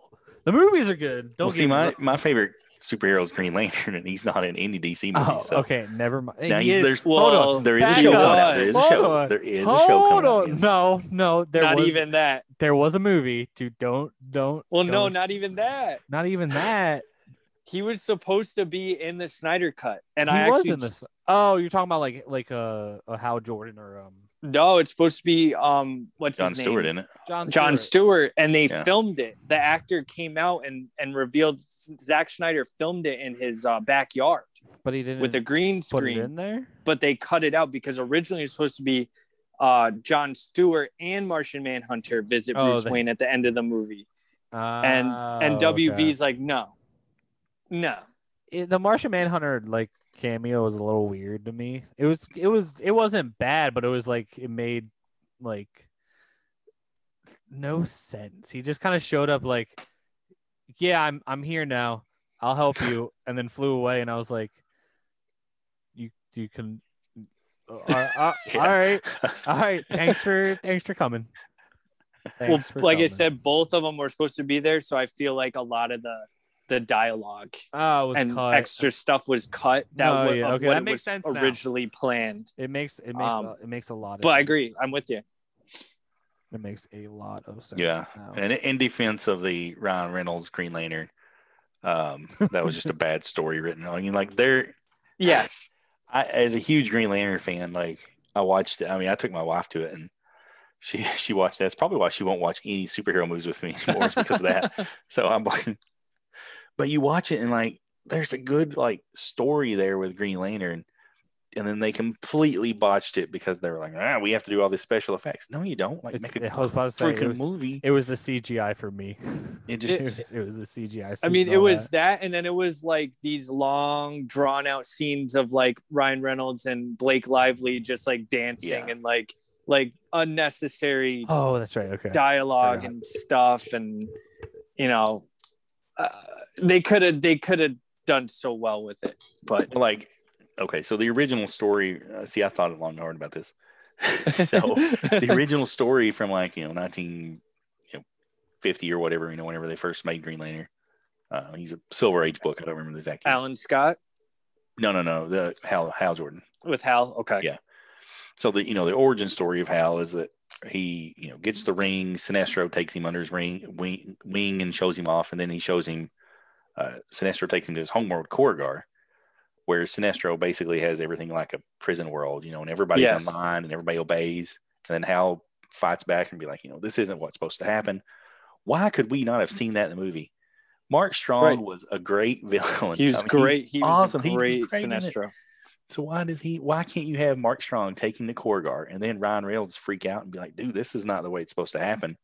The movies are good. Don't
well, see
get me
my (laughs)
wrong.
my favorite superhero is Green Lantern, and he's not in any DC movie.
Oh,
so.
okay, never mind.
Now
He
he's,
is-
there's
hold on.
well, there is a
back
show
up.
coming out. There is a
Hold
show.
on.
There is a show
Hold
coming out.
on.
yes.
No, no, there
not
was
even that.
there was a movie to don't don't.
Well, no,
don't-
not even that.
not even that.
He was supposed to be in the Snyder cut, and
he
I
was
actually
in this. Oh, you're talking about like like uh, uh Hal Jordan or um
no. It's supposed to be um what's
John
his name?
Stewart in it.
John
John Stewart, and they
Yeah.
filmed it. The actor came out and and revealed Zack Schneider filmed it in his uh, backyard
but he didn't
with a green
put it in
screen,
there.
but they cut it out because originally it was supposed to be uh, John Stewart and Martian Manhunter visit
Oh,
Bruce
they-
Wayne at the end of the movie, and
Oh,
and
okay.
WB's like no, no,
It- the Martian Manhunter like cameo was a little weird to me. It was it was it wasn't bad, but it was like it made like no sense. He just kind of showed up like, yeah, I'm I'm here now. I'll help
(laughs)
you, and then flew away. And I was like, you you can. uh,
(laughs)
uh,
Yeah.
All right,
(laughs)
all right. Thanks for thanks for coming.
well,
Thanks for
like I
coming.
said, both of them were supposed to be there, so I feel like a lot of the the dialogue
oh, it was
and
cut.
extra stuff was cut. That
Oh,
was
yeah,
of
okay,
what
that
it
makes
was
sense now.
originally planned.
It makes it makes
Um,
a, it makes a lot. Of
But I
sense.
agree, I'm with you.
It makes a lot of sense.
Yeah,
now.
and in defense of the Ryan Reynolds Green Lantern, um, that was
(laughs)
just a bad story written. I mean, like there,
Yes,
I as a huge Green Lantern fan, like I watched it. I mean, I took my wife to it, and she (laughs) she watched that. It's probably why she won't watch any superhero movies with me anymore is because of that.
(laughs)
So I'm like, but you watch it and like, there's a good like story there with Green Lantern, and then they completely botched it because they were like, ah, we have to do all these special effects. No, you don't. Like,
It's-
make a
I was about to say, it,
freaking
was,
movie.
it was the CGI for me. (laughs)
It
It,
just
was, it was the CGI.
I
suit
mean
and
it
all
was
that.
that, and then it was like these long, drawn out scenes of like Ryan Reynolds and Blake Lively just like dancing
Yeah.
and like like unnecessary
Oh, that's right. Okay.
dialogue
Forgot.
and stuff, and you know, uh, they could have they could have done so well with it, but
Well, like okay so the original story uh, see i thought long and hard about this (laughs) so the original story from like you know 1950 or whatever you know whenever they first made green lantern uh, he's a silver age book i don't remember the exact year.
Alan Scott
no no no the hal hal jordan
with Hal. Okay.
Yeah. so the you know the origin story of hal is that he you know gets the ring sinestro takes him under his ring wing, wing and shows him off and then he shows him uh, sinestro takes him to his homeworld Korrigar, where sinestro basically has everything like a prison world you know and everybody's
Yes.
online and everybody obeys and then hal fights back and be like you know this isn't what's supposed to happen why could we not have seen that in the movie mark strong
Right.
was a great (laughs) villain
He was
I mean,
great. He was
awesome.
awesome.
He was
great
great in it.
Sinestro.
so why does he? Why can't you have Mark Strong taking the Korgar and then Ryan Reynolds freak out and be like, "Dude, this is not the way it's supposed to happen,"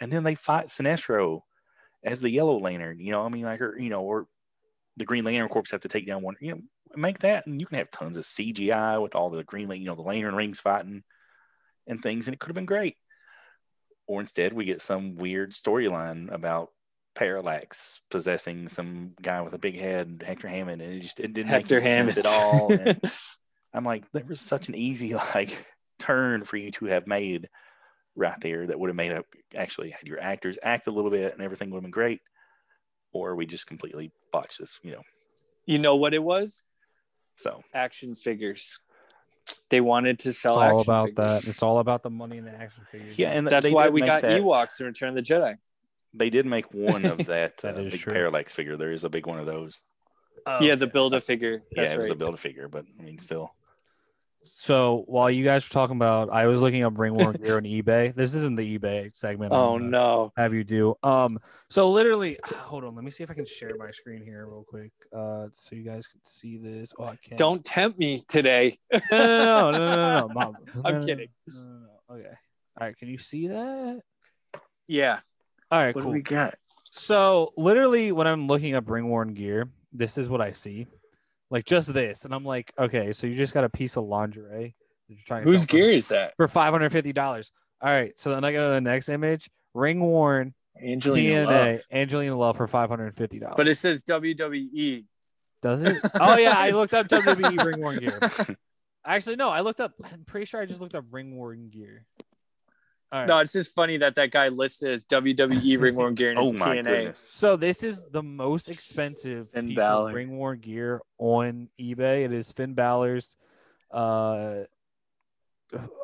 and then they fight Sinestro as the Yellow Lantern. You know, I mean, like, or you know, or the Green Lantern Corps have to take down one. You know, make that, and you can have tons of CGI with all the Green, Lan- you know, the Lantern rings fighting and things, and it could have been great. Or instead, we get some weird storyline about Parallax possessing some guy with a big head, Hector Hammond, and it just it didn't
Hector
make any sense
Hammond.
at all. And-
(laughs)
I'm like, there was such an easy (laughs) like turn for you to have made right there that would have made up actually had your actors act a little bit and everything would have been great. Or we just completely botched this, you know.
You know what it was?
So
Action figures. They wanted to
It's
sell
all
action
about
figures.
that. It's all about the money and the action figures.
yeah, and
That's
they
why
did
we
make
got E
that,
Ewoks in Return of the Jedi.
They did make one
(laughs)
of that,
That
uh,
is
big
true.
parallax figure. There is a big one of those.
Oh,
yeah, the build a figure.
yeah,
That's
it was a
right.
build a figure, but I mean, still,
So while you guys were talking about, I was looking up ring worn gear on eBay. This isn't the eBay segment. I'm uh,
Oh
gonna
no.
Have you do? Um. So literally, (sighs) hold on. Let me see if I can share my screen here real quick, uh, so you guys can see this. Oh, I can't.
Don't tempt me today.
No, (laughs) no, no, no, no, no, no, (laughs) Mom. No,
I'm
no, no,
kidding.
No, no, no. Okay. All right. Can you see that?
Yeah.
All right.
What
cool.
do we got?
So literally, when I'm looking up ring worn gear, this is what I see, like just this, and I'm like, okay, so you just got a piece of lingerie that you're trying to
Whose
sell for-
gear is that?
for five hundred fifty dollars. All right, so then I go to the next image, ring worn
Angelina.
TNA
Love.
Angelina Love for five hundred fifty dollars.
But it says E. WWE.
does
(laughs)
it? Oh yeah, I looked up WWE ring worn gear. Actually, no, I looked up. I'm pretty sure I just looked up ring worn gear. All right.
No, it's just funny that that guy listed as E
(laughs)
WWE ringworm gear and
oh
it's
my
TNA.
goodness.
So this is the most expensive
Finn
piece
Balor.
of ring worn gear on eBay. It is Finn Balor's uh,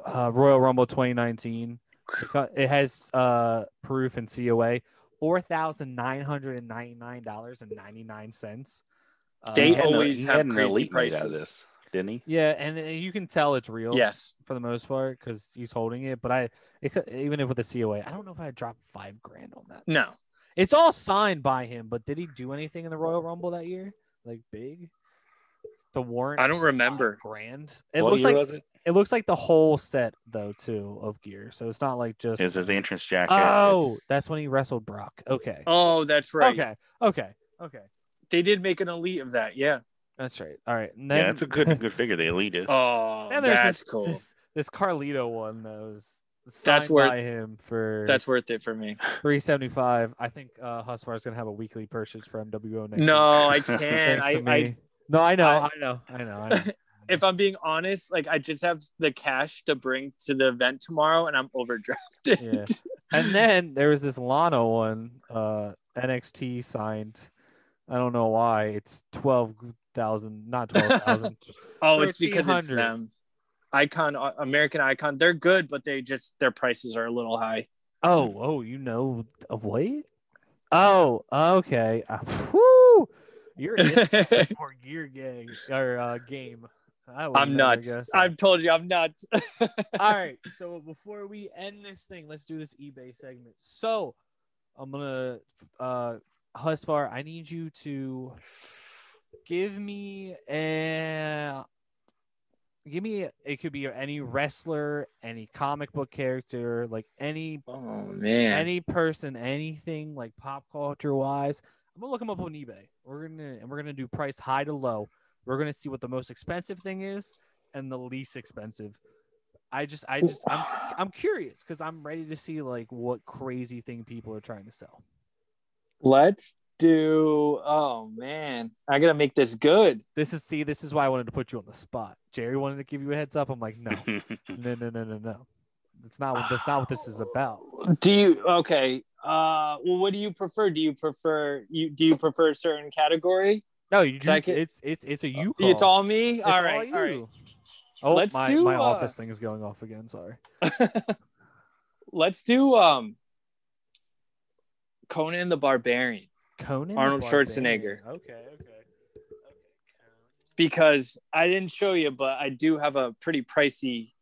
uh, Royal Rumble
(laughs)
2019. It co- It has uh, proof and COA four thousand nine hundred and ninety nine dollars and ninety nine cents. Uh,
They
He had an-
always
he
have
had an
crazy
elite made out of
prices.
this, didn't he?
yeah, and uh, you can tell it's real.
Yes.
for the most part because he's holding it. But I, it, could- even if with the COA, I don't know if I dropped five grand on
Mm.
that.
No.
It's all signed by him, but did he do anything in the Royal Rumble that year? Like big? The warrant?
I don't
five
remember.
Grand. It
What
looks
year
like
was it?
it looks like the whole set though too of gear. So it's not like just
It says the entrance jacket.
oh,
It's-
that's when he wrestled Brock. Okay.
Oh, that's right.
Okay. Okay. Okay.
They did make an elite of that. Yeah.
That's right. All right. And then,
yeah, that's
(laughs)
a good good figure. The elite is.
Oh,
then there's
that's
this,
cool.
This, this Carlito one that was
That's
signed
worth-
by him for
That's worth it for me.
375. I think uh Husmar is gonna have a weekly purchase for MWO next. week. (laughs)
No, I
Thanks
can't. I,
to
I
me. no, I know,
I-
I, know, I know,
(laughs)
I know.
if I'm being honest, like I just have the cash to bring to the event tomorrow and I'm overdrafted.
Yeah. and then there was this Lana one, uh, NXT signed. I don't know why it's twelve thousand, not twelve
(laughs)
thousand.
(laughs) oh, it's because it's
1300.
them. Icon uh, American Icon, they're good, but they just their prices are a little high.
oh, oh, you know of what? Oh, okay. Uh, whew. You're
(laughs)
in for gear gang or uh, game. I would
I'm
never
nuts.
guessed that.
I've told you I'm nuts. (laughs)
All right. So before we end this thing, let's do this eBay segment. So I'm gonna uh Husvar, I need you to give me a give me it could be any wrestler, any comic book character, like any
Oh man.
any person, anything like pop culture wise. I'm gonna look them up on eBay. We're gonna and we're gonna do price high to low. We're gonna see what the most expensive thing is and the least expensive. I just, I just, I'm, I'm curious because I'm ready to see like what crazy thing people are trying to sell.
(sighs) Let's do oh man. I gotta make this good.
This is see, this is why I wanted to put you on the spot. Jerry wanted to give you a heads up. I'm like,
(laughs)
no, no, no, no, no, no. That's not what that's not what this is
Oh.
about.
Do you okay? Uh well what do you prefer? Do you prefer you do you prefer a certain category?
No, you,
Second-
you it's it's it's a you call.
Uh, It's all me?
It's
all right, all right.
you. Oh,
Let's
my,
do,
my
uh,
office thing is going off again. Sorry.
Let's do um Conan the Barbarian
Conan the
Arnold
Barbarian.
Schwarzenegger.
Okay, okay.
because I didn't show you, but I do have a pretty pricey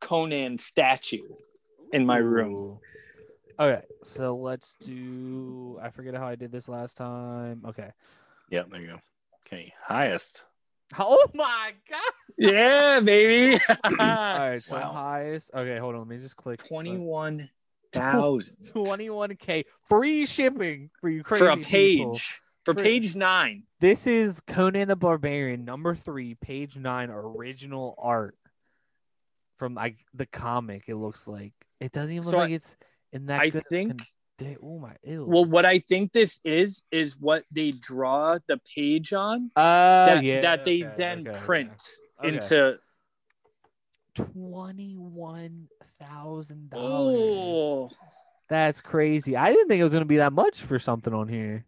Conan statue in my room.
Ooh. Okay, so let's do. I forget how I did this last time. Okay.
yep, there you go. Okay, highest.
Oh my god!
Yeah, baby.
All right, so
Wow.
highest. Okay, hold on. Let me just click
(laughs) Twenty-one thousand
Twenty-one k free shipping for you crazy
for a page.
people. For-
For page nine.
This is Conan the Barbarian number three, page nine, original art from like the comic. It looks like it doesn't even look
So I-
like it's in that.
I
good of
think-
condi- oh my! Ew.
Well, what I think this is is what they draw the page on
Uh,
that,
yeah,
that they
okay,
then
okay,
print
okay.
into
twenty-one thousand dollars.
oh
That's crazy. I didn't think it was gonna be that much for something on here.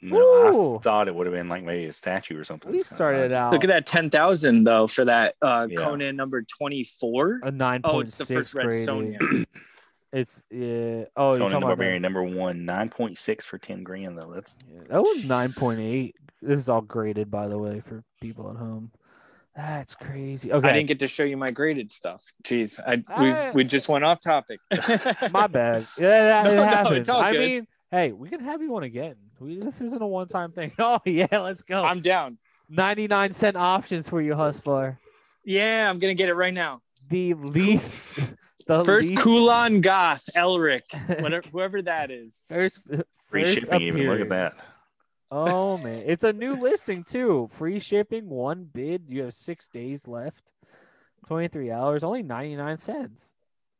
No,
Ooh.
I thought it would have been like maybe a statue or something.
We
It's kinda
started
odd.
out
look at that ten thousand though for that uh
Yeah.
Conan number twenty four.
a nine
Oh,
point
it's the
six.
first Red Sonya.
It's yeah. Oh, you're talking
Conan the
about that.
Barbarian number one, nine point six for ten grand though. That's
Yeah, That was
Jeez.
nine point eight. This is all graded, by the way, for people at home. That's crazy. Okay,
I didn't get to show you my graded stuff. Jeez, I,
Ah.
we we just went off topic.
(laughs)
(laughs)
my bad. Yeah, that,
No,
it
no, it's
happens.
all
I
good.
mean, hey, we can have you on again. We, this isn't a one-time thing. (laughs) Oh yeah, let's go.
I'm down.
99 cent options for you, hustler.
Yeah, I'm gonna get it right now.
The least, (laughs) the
First,
least,
Kulan Goth Elric,
(laughs)
whatever, whoever that is.
first,
Free
first
shipping even, look at that.
appearance. Oh man, it's a new listing too. Free shipping, one bid. You have six days left. 23 hours, only 99 cents.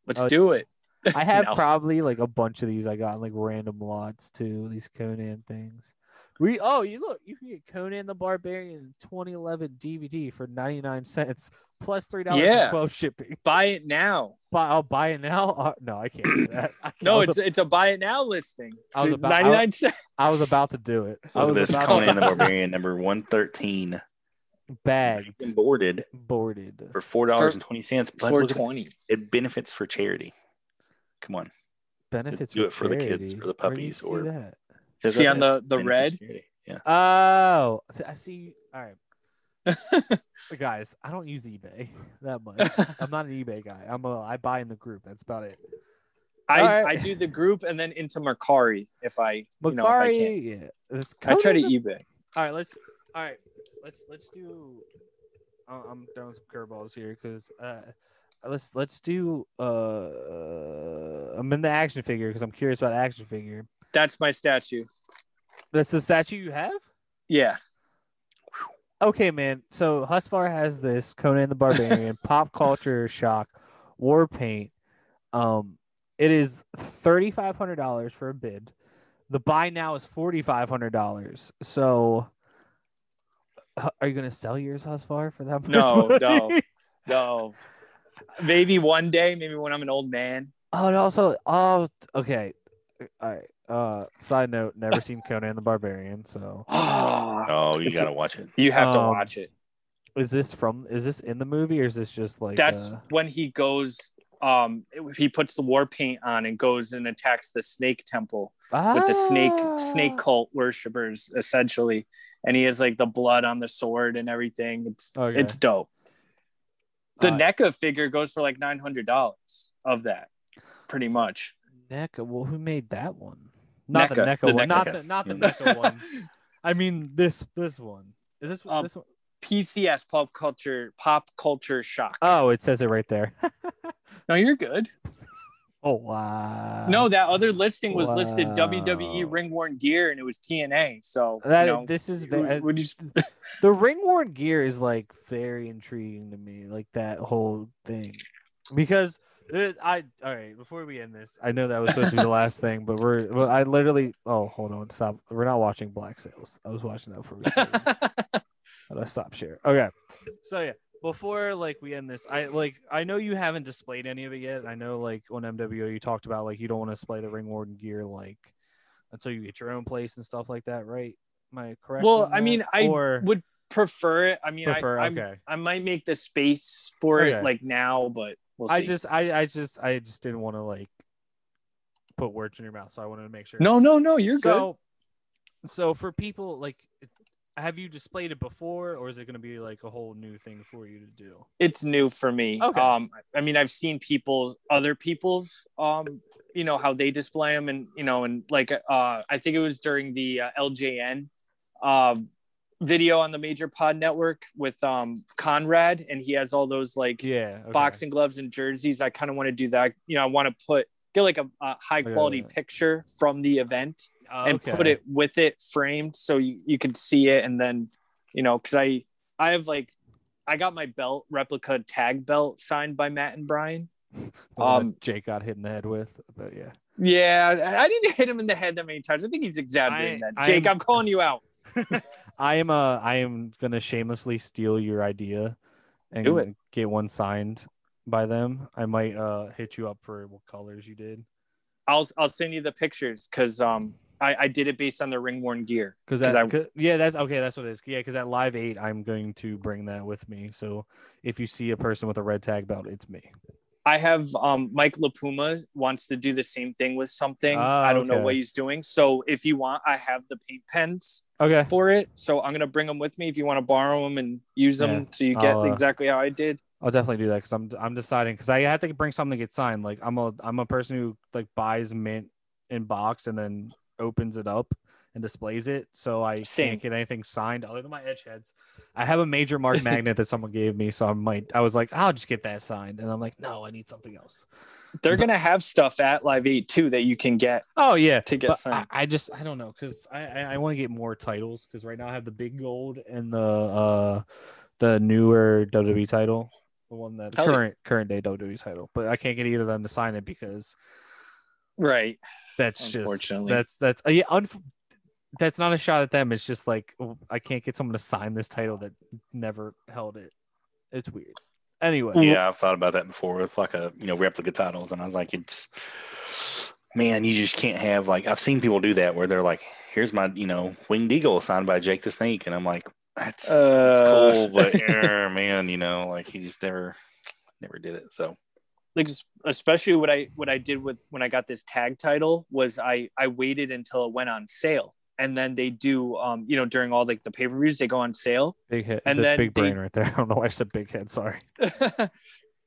Let's
Oh.
do it.
(laughs)
I have
No.
probably like a bunch of these I got in like random lots too. These Conan things. We oh you look you can get Conan the Barbarian 2011 DVD for 99 cents plus three dollars
Yeah.
twelve shipping. (laughs)
Buy it now.
Buy, I'll buy it now. Uh, no, I can't. Do
(coughs)
that. I,
No,
I was,
it's it's a buy it now listing.
I was about-
99 cents.
I was about to do it. I
Look
Oh,
was
at this
about
Conan
to
the Barbarian number
(laughs)
113
(laughs) bag
Been boarded
boarded.
for four dollars and twenty cents. But look at-
420.
it benefits for charity. Come on,
Benefits
do it for the
charity.
kids, for the
Where do you
puppies,
see
or-
that?
Says
See
up
on
there,
the the
benefits
red.
charity. Yeah,
Oh, I see. All right.
(laughs)
guys i don't use ebay (laughs) that much i'm not an ebay guy i'm a i buy in the group that's about it
(laughs) I,
All right.
I do the group and then into Mercari if I you know if I
Macari,
can.
yeah This
I try to e-
Conan-
eBay.
all right let's all right let's let's do I- i'm throwing some curveballs here because uh let's let's do uh i'm in the action figure because i'm curious about action figure
That's my statue.
that's the statue you have
Yeah.
okay, man. So Husvar has this Conan the
(laughs)
Barbarian, pop culture shock, war paint. Um, it is thirty five hundred dollars for a bid. The buy now is forty five hundred dollars. So, h- are you gonna sell yours, Husvar, for that? much
No, no.
money? (laughs)
No. maybe one day, maybe when I'm an old
(gasps)
man.
Oh, and also, oh, okay. All right. Uh, side note: never
(laughs)
seen Conan the Barbarian. So,
Oh, you
It's-
gotta watch it.
you have to
Um,
watch it.
is this from? Is this in the movie, or is this just like?
That's
uh,
when he goes um he puts the war paint on and goes and attacks the snake temple with the snake snake
Ah.
cult worshippers essentially and he has like the blood on the sword and everything it's
Oh, Okay.
it's dope the
Uh,
NECA figure goes for like nine hundred dollars of that, pretty much.
NECA. E Well, who made that one? Not the
NECA,
NECA
E the
one.
NECA.
Not the
(laughs)
not (laughs) the
E
Yeah.
NECA one. I mean this this one. Is this,
Um,
this one?
PCS pop culture pop culture shock.
Oh, it says it right there. (laughs)
no, you're good.
oh wow.
no, that other listing was listed
wow.
WWE ring worn gear and it was TNA. So
that
you know,
this is
would-
ve-
would you just-
the ring worn gear is like very intriguing to me, like that whole thing, because it, I all right. Before we end this, I know that was supposed to be the last thing, but we're well, I literally oh hold on stop. We're not watching Black Sales. I was watching that for. recording. Let's stop share. Okay. So yeah, before like we end this, I like I know you haven't displayed any of it yet. I know like on MWO you talked about like you don't want to display the ring warden gear like until you get your own place and stuff like that, right? Am I correct?
Well,
on
I
that?
mean, I
or
(laughs) would prefer it. I mean,
Prefer,
I I'm,
okay.
I might make the space for
Okay.
it like now, but we'll see.
I just I I just I just didn't want to like put words in your mouth, so I wanted to make sure.
no, no, no. You're good.
so, So for people like, have you displayed it before, or is it going to be like a whole new thing for you to do?
It's new for me.
Okay.
Um, I mean, I've seen people's other people's um, you know how they display them, and you know, and like uh, I think it was during the uh, LJN um video on the Major Pod Network with um Conrad, and he has all those like
Yeah,
boxing gloves and jerseys. I kind of want to do that. You know, I want to put get like a, a high
Okay,
quality
okay.
picture from the event and put it with it framed so you, you can see it and then you know because I I have like I got my belt replica tag belt signed by Matt and Brian.
The one
Um,
that Jake got hit in the head with, but yeah.
Yeah, I- I didn't hit him in the head that many times. I think he's exaggerating
I-
that. Jake,
I'm-
I'm calling you out.
I am uh I am gonna shamelessly steal your idea and
Do it.
get one signed by them. I might uh hit you up for what colors you did.
I'll I'll send you the pictures because um I, I did it based on the ring worn gear.
Cause,
'Cause
that,
I-
'cause- yeah, that's okay. That's what it is. Yeah, because at live eight, I'm going to bring that with me. So if you see a person with a red tag belt, it's me.
I have um, Mike Lapuma wants to do the same thing with something.
Ah,
I don't know
okay.
what he's doing. So if you want, I have the paint pens
Okay.
for it. So I'm gonna bring them with me if you want to borrow them and use them
Yeah,
so you get
I'll, uh,
exactly how I did.
I'll definitely do that because I'm I'm deciding because I have to bring something to get signed. Like I'm a I'm a person who like buys mint in box and then opens it up and displays it. So I
Same.
can't get anything signed other than my edge heads. I have a major mark magnet that someone gave me, so I might I was like I'll just get that signed, and I'm like no, I need something else.
They're gonna have stuff at Live Eight too that you can get
Oh yeah,
to get
But I,
signed.
I just I don't know because I I, I want to get more titles because right now I have the big gold and the uh the newer WWE title, the one that
Hell yeah.
current current day WWE title, but I can't get either of them to sign it because
right.
that's just
Unfortunately.
that's that's uh, yeah unf that's not a shot at them. It's just like oh, I can't get someone to sign this title that never held it. It's weird. Anyway,
Yeah, I've thought about that before with like a you know replica titles, and I was like, it's man, you just can't have like I've seen people do that where they're like, here's my you know winged eagle signed by Jake the Snake, and I'm like, that's that's
Uh, (laughs)
cool, but eh, man, you know, like he just never never did it. So
like es- especially what I what I did with when I got this tag title was I I waited until it went on sale. And then they do um, you know, during all like the pay-per-views, they go on sale. (laughs)
big head
and
the
then
big
they-
brain right there. (laughs) I don't know why I said big head. Sorry.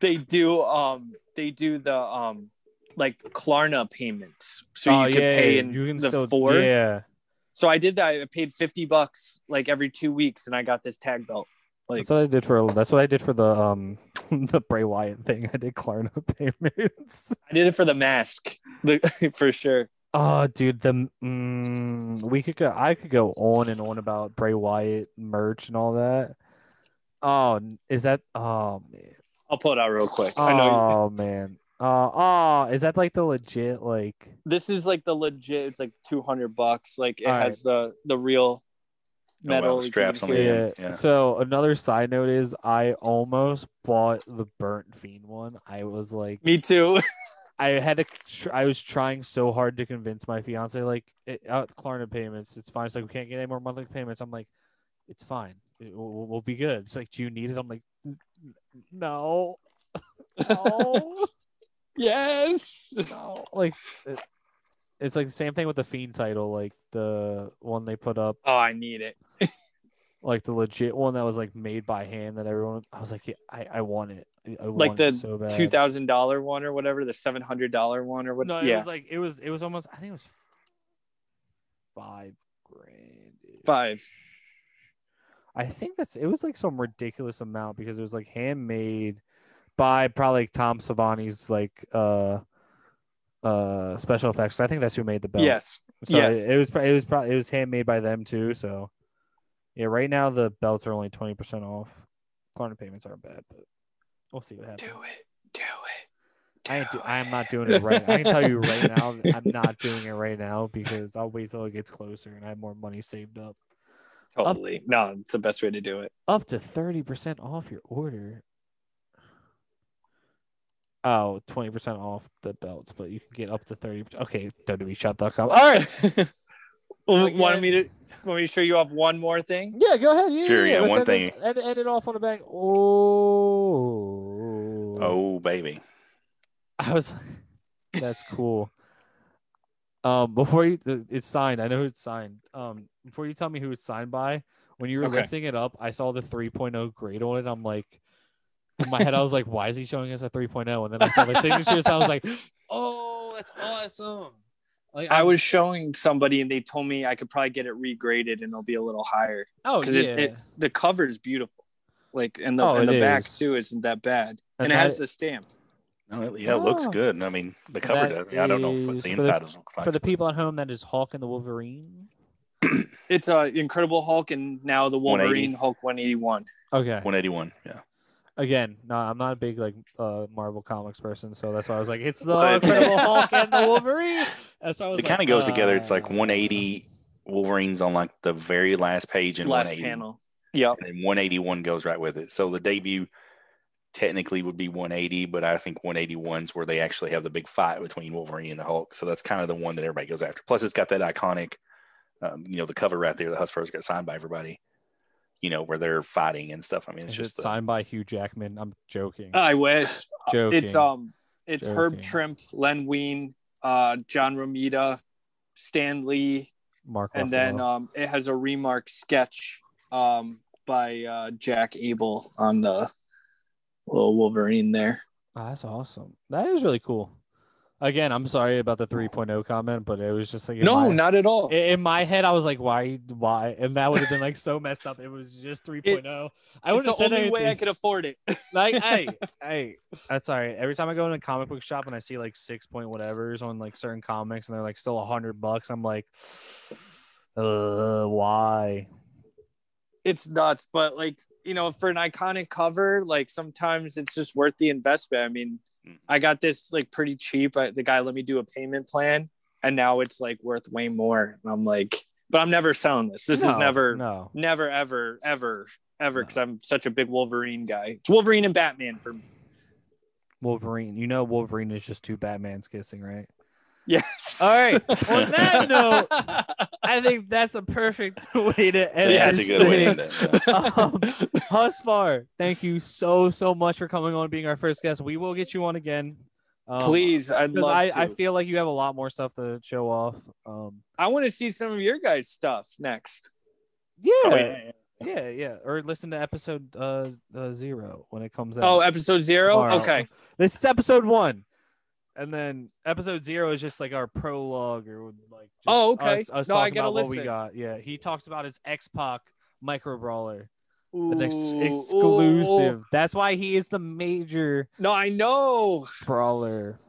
they do um they do the um like Klarna payments. So you
Oh,
could
yeah,
pay
yeah,
in
you can
the
still-
four.
Yeah.
So I did that. I paid 50 bucks like every two weeks and I got this tag belt. Like-
that's what I did for that's what I did for the um (laughs) the Bray Wyatt thing. I did Klarna (laughs) payments.
I did it for the mask (laughs) the, for sure.
Oh, dude, the mm, we could go. I could go on and on about Bray Wyatt merch and all that. Oh, n- is that? Oh man.
I'll pull it out real quick. I know
Oh man. Uh, oh, is that like the legit like?
this is like the legit, it's like 200 bucks. Like it
All right.
has the, the real
well,
metal
the Oh, straps on the
communicator.
end.
Yeah.
yeah.
So another side note is I almost bought the burnt fiend one. I was like.
Me too. (laughs)
I had to. tr- I was trying so hard to convince my fiance, like, it, uh, Klarna payments, it's fine. It's like we can't get any more monthly payments. I'm like, it's fine. It- we'll, we'll be good. It's like, do you need it? I'm like, "N- n- no, (laughs) no,
yes.
no. Like, it- it's like the same thing with the fiend title, like the one they put up,
Oh, I need it.
like the legit one that was like made by hand that everyone. I was like, yeah, I, I want it. I- I
Like
want
the
it so bad.
$2,000 one or whatever, the $700 one or what.
No, it
yeah.
was like it was it was almost I think it was five grand.
Five.
I think that's it was like some ridiculous amount because it was like handmade by probably Tom Savani's like uh uh special effects. I think that's who made the belt.
Yes.
So
yes.
it, it was pro- it was probably it was handmade by them too. So yeah, right now the belts are only twenty percent off. Klarna payments aren't bad, but we'll see what happens.
Do it. Do it.
I ain't
Do
do, I'm not doing it right. I can tell you right (laughs) now, that I'm not doing it right now because I'll wait till it gets closer and I have more money saved up.
Totally. No, it's the best way to do it.
Up to thirty percent off your order. Oh, 20% off the belts, but you can get up to 30. Okay, E WWEshop.com. All right.
(laughs) Well,
Again.
Want me to want me to show you off one more thing?
Yeah, go ahead. Yeah,
Sure, yeah,
let's
one
end this- End, end it off on a bang. Oh.
Oh baby.
I was (laughs) that's cool. Um, before you, th- it's signed. I know who it's signed. Um, before you tell me who it's signed by, when you were
Okay.
lifting it up, I saw the 3.0 grade on it. I'm like, in my head, I was like, why is he showing us a 3.0? And then I saw the signatures. I was like, oh, that's awesome. Like
I
I'm-
was showing somebody and they told me I could probably get it regraded and it'll be a little higher.
oh
'cause
yeah,
it- it- The cover is beautiful. Like and the
Oh,
and
it
the back
is.
too isn't that bad. And,
And
it has
that-
the stamp.
No, it- yeah, it looks
Oh.
good. I mean, the cover
That
does. I don't know
is
what the
for the-
inside is looks like.
for the people at home. That is Hawk and the Wolverine.
It's uh Incredible Hulk and now the
180.
Wolverine Hulk 181.
Okay.
181. Yeah.
Again, no, I'm not a big like uh Marvel comics person, so that's why I was like, it's the
But-
Incredible Hulk and the Wolverine. And so I was
It
like,
kind of goes together. It's like
uh,
180 Wolverines on like the very last page and
Last
180.
panel. Yep.
and then 181 goes right with it. So the debut technically would be 180, but I think 181's where they actually have the big fight between Wolverine and the Hulk. So that's kind of the one that everybody goes after. Plus, it's got that iconic, um, you know, the cover right there that Hus first got signed by everybody. You know where they're fighting and stuff. I mean, it's
Is
just
it
the,
signed by Hugh Jackman? I'm joking.
I wish.
joking.
It's um it's Herb
Joking.
Trimp, Len Wein, uh John Romita, Stan Lee,
Mark.
and then
Ruffalo.
um, it has a remark sketch um, by uh, Jack Abel on the little Wolverine there.
Oh, that's awesome. That is really cool. Again, I'm sorry about the 3.0 comment, but it was just like in
no,
my-
not at all.
i- in my head I was like, why, why, and that would have been like (laughs) so messed up. It was just 3.0. I
it's
would
the
have
only
said anything.
way I could afford it. (laughs)
(laughs) like, hey, hey, that's all right. Every time I go in a comic book shop and I see like six point whatever's on like certain comics and they're like still a hundred bucks, I'm like, (sighs) uh, why?
it's nuts, but like you know, for an iconic cover, like sometimes it's just worth the investment. I mean,
Mhm.
I got this like pretty cheap. I, the guy let me do a payment plan, and now it's like worth way more. And I'm like, but I'm never selling this. This is
No,
never,
no.
never, ever, ever, ever,
No.
because I'm such a big Wolverine guy. It's Wolverine and Batman for me. (laughs)
Wolverine. You know, Wolverine is just two Batman's kissing, right?
Yes.
All right. On that note,
right.
I think that's a perfect (laughs) way to end
Yeah,
this
that's a good way to
thing.
end it. yeah.
um, Husfar, thank you so so much for coming on, being our first guest. We will get you on again, um,
(laughs) Please, I'd
'cause
love
I,
to.
I feel like you have a lot more stuff to show off. Um,
I want to see some of your guys' stuff next.
yeah,
Oh,
yeah,
yeah.
yeah, Or listen to episode uh, uh zero when it comes out.
Oh, episode zero.
Tomorrow.
Okay.
this is episode one, and then episode zero is just like our prologue or like. just
Oh, okay.
Us, us
No, I
talking
gotta
about what we
listen.
got. Yeah, he talks about his X Pac micro brawler, the ex-
Ooh, ooh,
exclusive. That's why he is the major
No, I know.
brawler.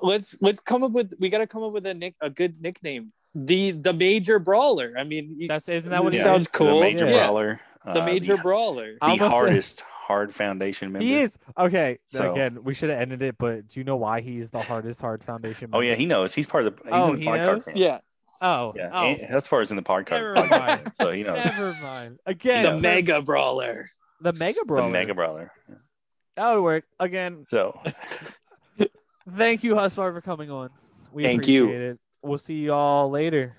Let's let's come up with we got to come up with a nick a good nickname. The the major brawler. I mean, y-
That's isn't that what
It
it
Yeah,
sounds
is?
cool.
The major
Yeah.
brawler. uh,
the major brawler.
I
The,
almost said-
hardest hard foundation member.
He is okay.
So-
Again, we should have ended it, but do you know why he's the hardest hard foundation?
Oh yeah,
member?
he knows. He's part of the. He's
Oh,
in the
he
podcast.
knows?
fan.
Yeah,
Oh,
Yeah,
oh,
and- as far as in the
Never
podcast,
mind.
(laughs) podcast so you
(laughs)
know
never mind. Again,
the mega brawler.
the mega
the
brawler.
mega brother.
that would work. Again,
So
thank you, Husfar, for coming on. We
Thank you.
appreciate it. We'll see y'all later.